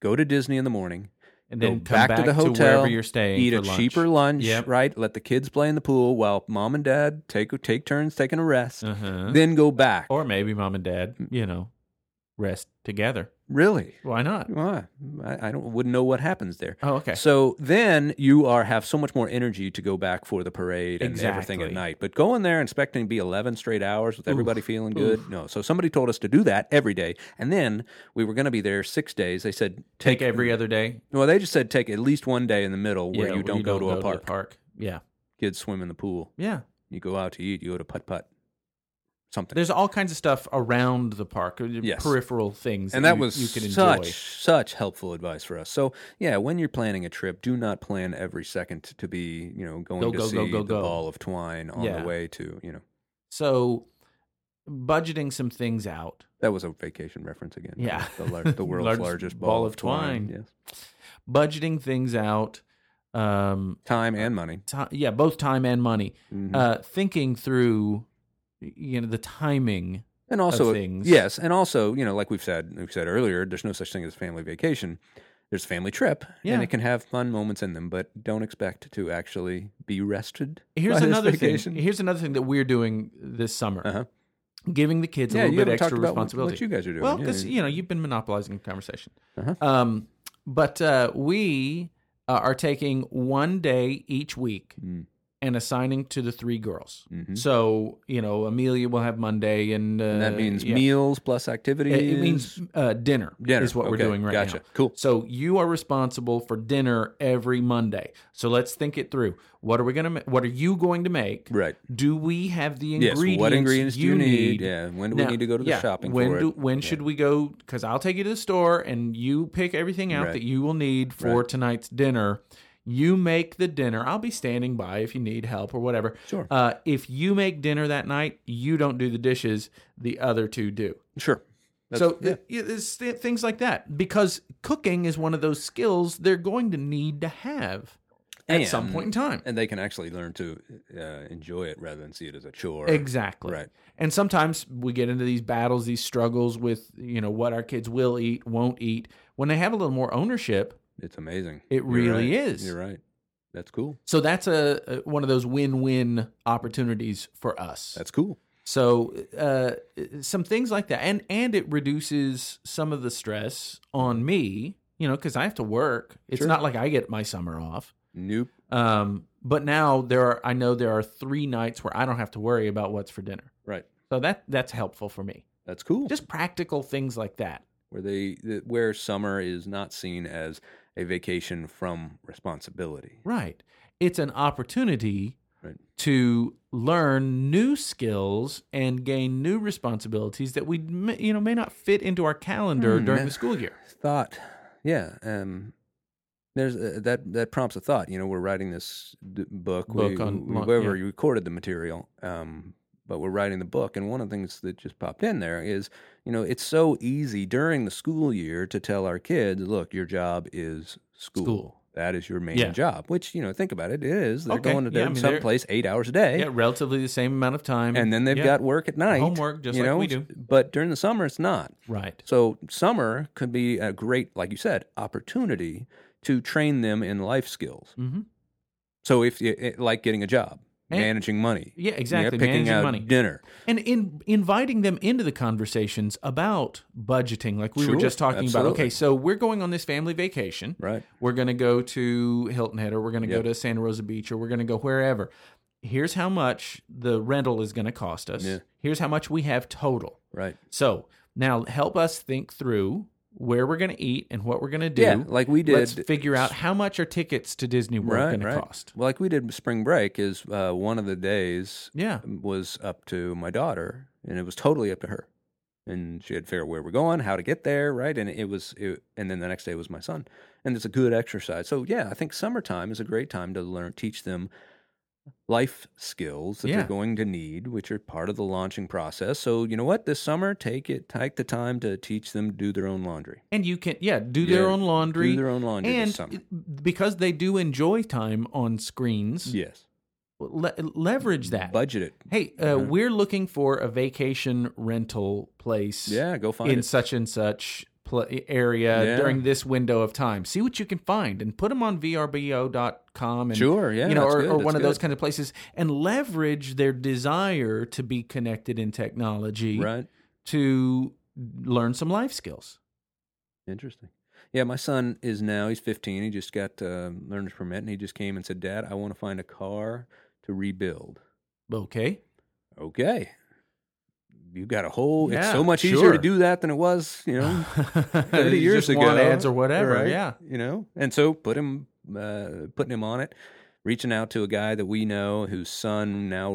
[SPEAKER 2] Go to Disney in the morning,
[SPEAKER 1] And
[SPEAKER 2] Go
[SPEAKER 1] then come
[SPEAKER 2] back
[SPEAKER 1] back,
[SPEAKER 2] to the
[SPEAKER 1] wherever
[SPEAKER 2] hotel,
[SPEAKER 1] you're staying.
[SPEAKER 2] eat
[SPEAKER 1] for
[SPEAKER 2] a
[SPEAKER 1] lunch.
[SPEAKER 2] cheaper lunch,
[SPEAKER 1] Yep.
[SPEAKER 2] right? Let the kids play in the pool while mom and dad take take turns taking a rest.
[SPEAKER 1] Uh-huh.
[SPEAKER 2] Then go back.
[SPEAKER 1] Or maybe mom and dad, you know, rest together.
[SPEAKER 2] really?
[SPEAKER 1] Why not?
[SPEAKER 2] Why? I, I don't wouldn't know what happens there.
[SPEAKER 1] Oh, okay.
[SPEAKER 2] So then you are have so much more energy to go back for the parade and everything
[SPEAKER 1] Exactly.
[SPEAKER 2] at night. But going there and expecting to be eleven straight hours with everybody feeling good,
[SPEAKER 1] oof.
[SPEAKER 2] no. So somebody told us to do that every day, and then we were going to be there six days. They said
[SPEAKER 1] Take every other day
[SPEAKER 2] Well, they just said take at least one day in the middle where
[SPEAKER 1] Yeah,
[SPEAKER 2] you don't go to a
[SPEAKER 1] the
[SPEAKER 2] park.
[SPEAKER 1] park. Yeah.
[SPEAKER 2] Kids swim in the pool.
[SPEAKER 1] Yeah.
[SPEAKER 2] You go out to eat. You go to putt putt. Something.
[SPEAKER 1] There's all kinds of stuff around the park, uh,
[SPEAKER 2] Yes.
[SPEAKER 1] peripheral things.
[SPEAKER 2] and that
[SPEAKER 1] you-
[SPEAKER 2] was
[SPEAKER 1] you can
[SPEAKER 2] such
[SPEAKER 1] enjoy.
[SPEAKER 2] such helpful advice for us. So yeah, when you're planning a trip, do not plan every second to be you know going
[SPEAKER 1] Go,
[SPEAKER 2] to
[SPEAKER 1] go,
[SPEAKER 2] see
[SPEAKER 1] go, go,
[SPEAKER 2] the
[SPEAKER 1] go.
[SPEAKER 2] ball of twine on
[SPEAKER 1] Yeah.
[SPEAKER 2] the way to you know.
[SPEAKER 1] So budgeting some things out.
[SPEAKER 2] That was a vacation reference again. by
[SPEAKER 1] Yeah.
[SPEAKER 2] the, lar- the world's
[SPEAKER 1] Largest
[SPEAKER 2] largest, ball,
[SPEAKER 1] ball
[SPEAKER 2] of
[SPEAKER 1] of
[SPEAKER 2] twine.
[SPEAKER 1] twine.
[SPEAKER 2] Yes,
[SPEAKER 1] Budgeting things out. Um
[SPEAKER 2] time and money.
[SPEAKER 1] ti- yeah, both time and money.
[SPEAKER 2] Mhm.
[SPEAKER 1] Uh thinking through y- you know the timing.
[SPEAKER 2] and also
[SPEAKER 1] things.
[SPEAKER 2] yes and also you know like we've said we've said earlier there's no such thing as family vacation there's family trip
[SPEAKER 1] Yeah.
[SPEAKER 2] and it can have fun moments in them but don't expect to actually be rested
[SPEAKER 1] Here's
[SPEAKER 2] by this
[SPEAKER 1] another
[SPEAKER 2] vacation.
[SPEAKER 1] thing. Here's another thing that we're doing this summer.
[SPEAKER 2] Uh-huh.
[SPEAKER 1] giving the kids a
[SPEAKER 2] yeah,
[SPEAKER 1] little
[SPEAKER 2] you
[SPEAKER 1] bit
[SPEAKER 2] haven't
[SPEAKER 1] extra
[SPEAKER 2] talked about what-
[SPEAKER 1] responsibility.
[SPEAKER 2] What you guys are doing?
[SPEAKER 1] Well,
[SPEAKER 2] yeah,
[SPEAKER 1] because
[SPEAKER 2] yeah.
[SPEAKER 1] you know you've been monopolizing the conversation.
[SPEAKER 2] Uh-huh.
[SPEAKER 1] Um, but uh, we uh, are taking one day each week
[SPEAKER 2] Mm.
[SPEAKER 1] and assigning to the three girls.
[SPEAKER 2] Mhm.
[SPEAKER 1] So you know Amelia will have Monday, and, uh,
[SPEAKER 2] And that means
[SPEAKER 1] yeah.
[SPEAKER 2] meals plus
[SPEAKER 1] It-
[SPEAKER 2] activities.
[SPEAKER 1] It, means uh, dinner,
[SPEAKER 2] dinner
[SPEAKER 1] is what we're
[SPEAKER 2] Okay,
[SPEAKER 1] doing right
[SPEAKER 2] gotcha.
[SPEAKER 1] now.
[SPEAKER 2] Cool.
[SPEAKER 1] So you are responsible for dinner every Monday. So let's think it through. What are we gonna? ma- What are you going to make?
[SPEAKER 2] Right.
[SPEAKER 1] Do we have the
[SPEAKER 2] Yes.
[SPEAKER 1] ingredients?
[SPEAKER 2] What ingredients do you
[SPEAKER 1] need?
[SPEAKER 2] need? Yeah. When do
[SPEAKER 1] Now-
[SPEAKER 2] we need to go to the
[SPEAKER 1] yeah,
[SPEAKER 2] shopping
[SPEAKER 1] when
[SPEAKER 2] for
[SPEAKER 1] do,
[SPEAKER 2] it?
[SPEAKER 1] When should we go? Because I'll take you to the store and you pick everything out
[SPEAKER 2] Right.
[SPEAKER 1] that you will need for tonight's dinner. You make the dinner. I'll be standing by if you need help or whatever.
[SPEAKER 2] Sure.
[SPEAKER 1] Uh, if you make dinner that night, you don't do the dishes. The other two do.
[SPEAKER 2] Sure. That's-
[SPEAKER 1] so
[SPEAKER 2] yeah.
[SPEAKER 1] it- it- it's th- things like that because cooking is one of those skills they're going to need to have at some
[SPEAKER 2] And-
[SPEAKER 1] point in time.
[SPEAKER 2] and they can actually learn to uh, enjoy it rather than see it as a chore.
[SPEAKER 1] Exactly.
[SPEAKER 2] Right.
[SPEAKER 1] And sometimes we get into these battles, these struggles with, you know, what our kids will eat, won't eat. When they have a little more ownership,
[SPEAKER 2] It's amazing.
[SPEAKER 1] It
[SPEAKER 2] You're
[SPEAKER 1] really
[SPEAKER 2] right.
[SPEAKER 1] is.
[SPEAKER 2] You're right. That's cool.
[SPEAKER 1] so that's a, a one of those win-win opportunities for us.
[SPEAKER 2] That's cool.
[SPEAKER 1] so uh, some things like that, and and it reduces some of the stress on me, you know, because I have to work. It's
[SPEAKER 2] Sure.
[SPEAKER 1] not like I get my summer off.
[SPEAKER 2] Nope.
[SPEAKER 1] Um, but now there are, I know there are three nights where I don't have to worry about what's for dinner.
[SPEAKER 2] Right.
[SPEAKER 1] So that that's helpful for me.
[SPEAKER 2] That's cool.
[SPEAKER 1] Just practical things like that.
[SPEAKER 2] where they th- where summer is not seen as a vacation from responsibility.
[SPEAKER 1] Right. It's an opportunity
[SPEAKER 2] Right.
[SPEAKER 1] to learn new skills and gain new responsibilities that we m- you know may not fit into our calendar
[SPEAKER 2] Hmm,
[SPEAKER 1] during
[SPEAKER 2] that-
[SPEAKER 1] the school year.
[SPEAKER 2] Thought, yeah. Um, there's uh, that that prompts a thought. You know, we're writing this d- book.
[SPEAKER 1] Book
[SPEAKER 2] we,
[SPEAKER 1] on
[SPEAKER 2] we-
[SPEAKER 1] lon-
[SPEAKER 2] whoever
[SPEAKER 1] yeah.
[SPEAKER 2] you recorded the material. Um, but we're writing the book, and one of the things that just popped in there is, you know, it's so easy during the school year to tell our kids, look, your job is school.
[SPEAKER 1] School.
[SPEAKER 2] That is your main
[SPEAKER 1] Yeah.
[SPEAKER 2] job. Which you know, think about it. It is. They're
[SPEAKER 1] Okay,
[SPEAKER 2] going to
[SPEAKER 1] yeah, I
[SPEAKER 2] some
[SPEAKER 1] mean, they're-
[SPEAKER 2] someplace eight hours a day.
[SPEAKER 1] Yeah, relatively the same amount of time.
[SPEAKER 2] and then they've
[SPEAKER 1] Yeah.
[SPEAKER 2] got work at night.
[SPEAKER 1] Homework, just
[SPEAKER 2] you
[SPEAKER 1] like
[SPEAKER 2] know,
[SPEAKER 1] we do.
[SPEAKER 2] But during the summer, it's not.
[SPEAKER 1] right.
[SPEAKER 2] So summer could be a great, like you said, opportunity to train them in life skills.
[SPEAKER 1] Mm-hmm.
[SPEAKER 2] So if you it- like getting a job,
[SPEAKER 1] And-
[SPEAKER 2] managing money,
[SPEAKER 1] Yeah,
[SPEAKER 2] you know,
[SPEAKER 1] exactly.
[SPEAKER 2] picking
[SPEAKER 1] Managing
[SPEAKER 2] out
[SPEAKER 1] money.
[SPEAKER 2] dinner,
[SPEAKER 1] and in inviting them into the conversations about budgeting like we were
[SPEAKER 2] Sure,
[SPEAKER 1] just talking about
[SPEAKER 2] absolutely.
[SPEAKER 1] okay so we're going on this family vacation
[SPEAKER 2] right?
[SPEAKER 1] we're going to go to hilton head or we're going to go
[SPEAKER 2] Yep.
[SPEAKER 1] to santa rosa beach or we're going to go wherever here's how much the rental is going to cost us
[SPEAKER 2] Yeah.
[SPEAKER 1] here's how much we have total
[SPEAKER 2] Right.
[SPEAKER 1] so now help us think through where we're going to eat and what we're going to do
[SPEAKER 2] Yeah, like we did.
[SPEAKER 1] let's figure out how much are tickets to disney world
[SPEAKER 2] right,
[SPEAKER 1] going
[SPEAKER 2] right.
[SPEAKER 1] to cost
[SPEAKER 2] Well, like we did with spring break is uh, one of the days
[SPEAKER 1] yeah
[SPEAKER 2] was up to my daughter, and it was totally up to her. And she had to figure out where we're going, how to get there, right? And it was, it, and then the next day was my son. And it's a good exercise. So yeah, I think summertime is a great time to learn, teach them life skills that
[SPEAKER 1] Yeah.
[SPEAKER 2] they're going to need, which are part of the launching process. So you know what, this summer, take it, take the time to teach them to do their own laundry,
[SPEAKER 1] and you can yeah do their
[SPEAKER 2] Yeah,
[SPEAKER 1] own laundry
[SPEAKER 2] do their own laundry this
[SPEAKER 1] and
[SPEAKER 2] summer.
[SPEAKER 1] it- because they do enjoy time on screens
[SPEAKER 2] yes,
[SPEAKER 1] le- leverage that
[SPEAKER 2] budget it.
[SPEAKER 1] hey uh, we're looking for a vacation rental place
[SPEAKER 2] Yeah, go find
[SPEAKER 1] in
[SPEAKER 2] it.
[SPEAKER 1] such and such pl- area
[SPEAKER 2] Yeah.
[SPEAKER 1] during this window of time see what you can find and put them on vrbo.com and
[SPEAKER 2] Sure, yeah,
[SPEAKER 1] you know
[SPEAKER 2] that's
[SPEAKER 1] or,
[SPEAKER 2] good,
[SPEAKER 1] or
[SPEAKER 2] that's
[SPEAKER 1] one of those
[SPEAKER 2] good.
[SPEAKER 1] kind of places and leverage their desire to be connected in technology
[SPEAKER 2] Right.
[SPEAKER 1] to learn some life skills
[SPEAKER 2] Interesting. Yeah, my son is now he's 15. He just got uh, learner's permit, and he just came and said, "Dad, I want to find a car to rebuild."
[SPEAKER 1] okay
[SPEAKER 2] Okay, you got a whole. it's
[SPEAKER 1] Yeah,
[SPEAKER 2] so much easier
[SPEAKER 1] sure.
[SPEAKER 2] to do that than it was, you know, 30
[SPEAKER 1] You
[SPEAKER 2] years
[SPEAKER 1] just
[SPEAKER 2] ago.
[SPEAKER 1] want ads or whatever
[SPEAKER 2] right?
[SPEAKER 1] yeah
[SPEAKER 2] you know. And so put him, uh, putting him on it, reaching out to a guy that we know whose son now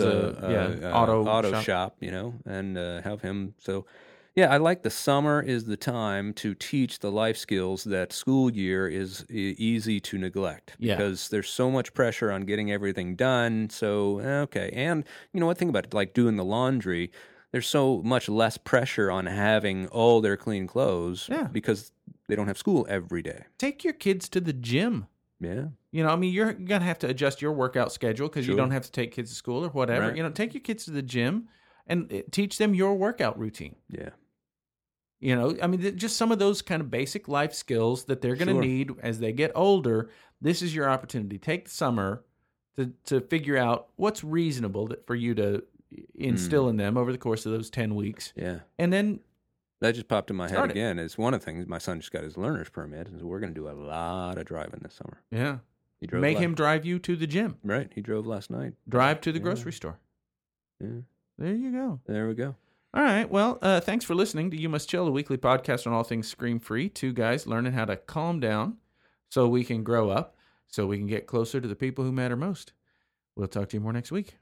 [SPEAKER 1] Runs
[SPEAKER 2] a,
[SPEAKER 1] a- yeah, auto shop.
[SPEAKER 2] you know, and uh, have him. So, yeah, I like the summer is the time to teach the life skills that school year is e- easy to neglect
[SPEAKER 1] Yeah.
[SPEAKER 2] because there's so much pressure on getting everything done. So, eh, okay. And you know what? Think about it like doing the laundry. There's so much less pressure on having all their clean clothes
[SPEAKER 1] Yeah.
[SPEAKER 2] because they don't have school every day.
[SPEAKER 1] take your kids to the gym.
[SPEAKER 2] Yeah.
[SPEAKER 1] You know, I mean, you're going to have to adjust your workout schedule because
[SPEAKER 2] Sure.
[SPEAKER 1] you don't have to take kids to school or whatever.
[SPEAKER 2] Right.
[SPEAKER 1] You know, take your kids to the gym and uh, teach them your workout routine.
[SPEAKER 2] Yeah.
[SPEAKER 1] You know, I mean, th- just some of those kind of basic life skills that they're going to
[SPEAKER 2] Sure.
[SPEAKER 1] need as they get older. This is your opportunity. Take the summer to, to figure out what's reasonable that for you to
[SPEAKER 2] Hmm.
[SPEAKER 1] instill in them over the course of those 10 weeks.
[SPEAKER 2] Yeah.
[SPEAKER 1] And then,
[SPEAKER 2] That just popped in my head
[SPEAKER 1] Started.
[SPEAKER 2] again. It's one of the things my son just got his learner's permit, and so we're going to do a lot of driving this summer.
[SPEAKER 1] yeah,
[SPEAKER 2] He drove
[SPEAKER 1] make
[SPEAKER 2] last,
[SPEAKER 1] him drive you to the gym,
[SPEAKER 2] right. He drove last night.
[SPEAKER 1] drive to the
[SPEAKER 2] Yeah.
[SPEAKER 1] grocery store.
[SPEAKER 2] Yeah.
[SPEAKER 1] There you go.
[SPEAKER 2] There we go.
[SPEAKER 1] All right. Well, uh, thanks for listening to You Must Chill, a weekly podcast on all things scream free. Two guys learning how to calm down so we can grow up, so we can get closer to the people who matter most. We'll talk to you more next week.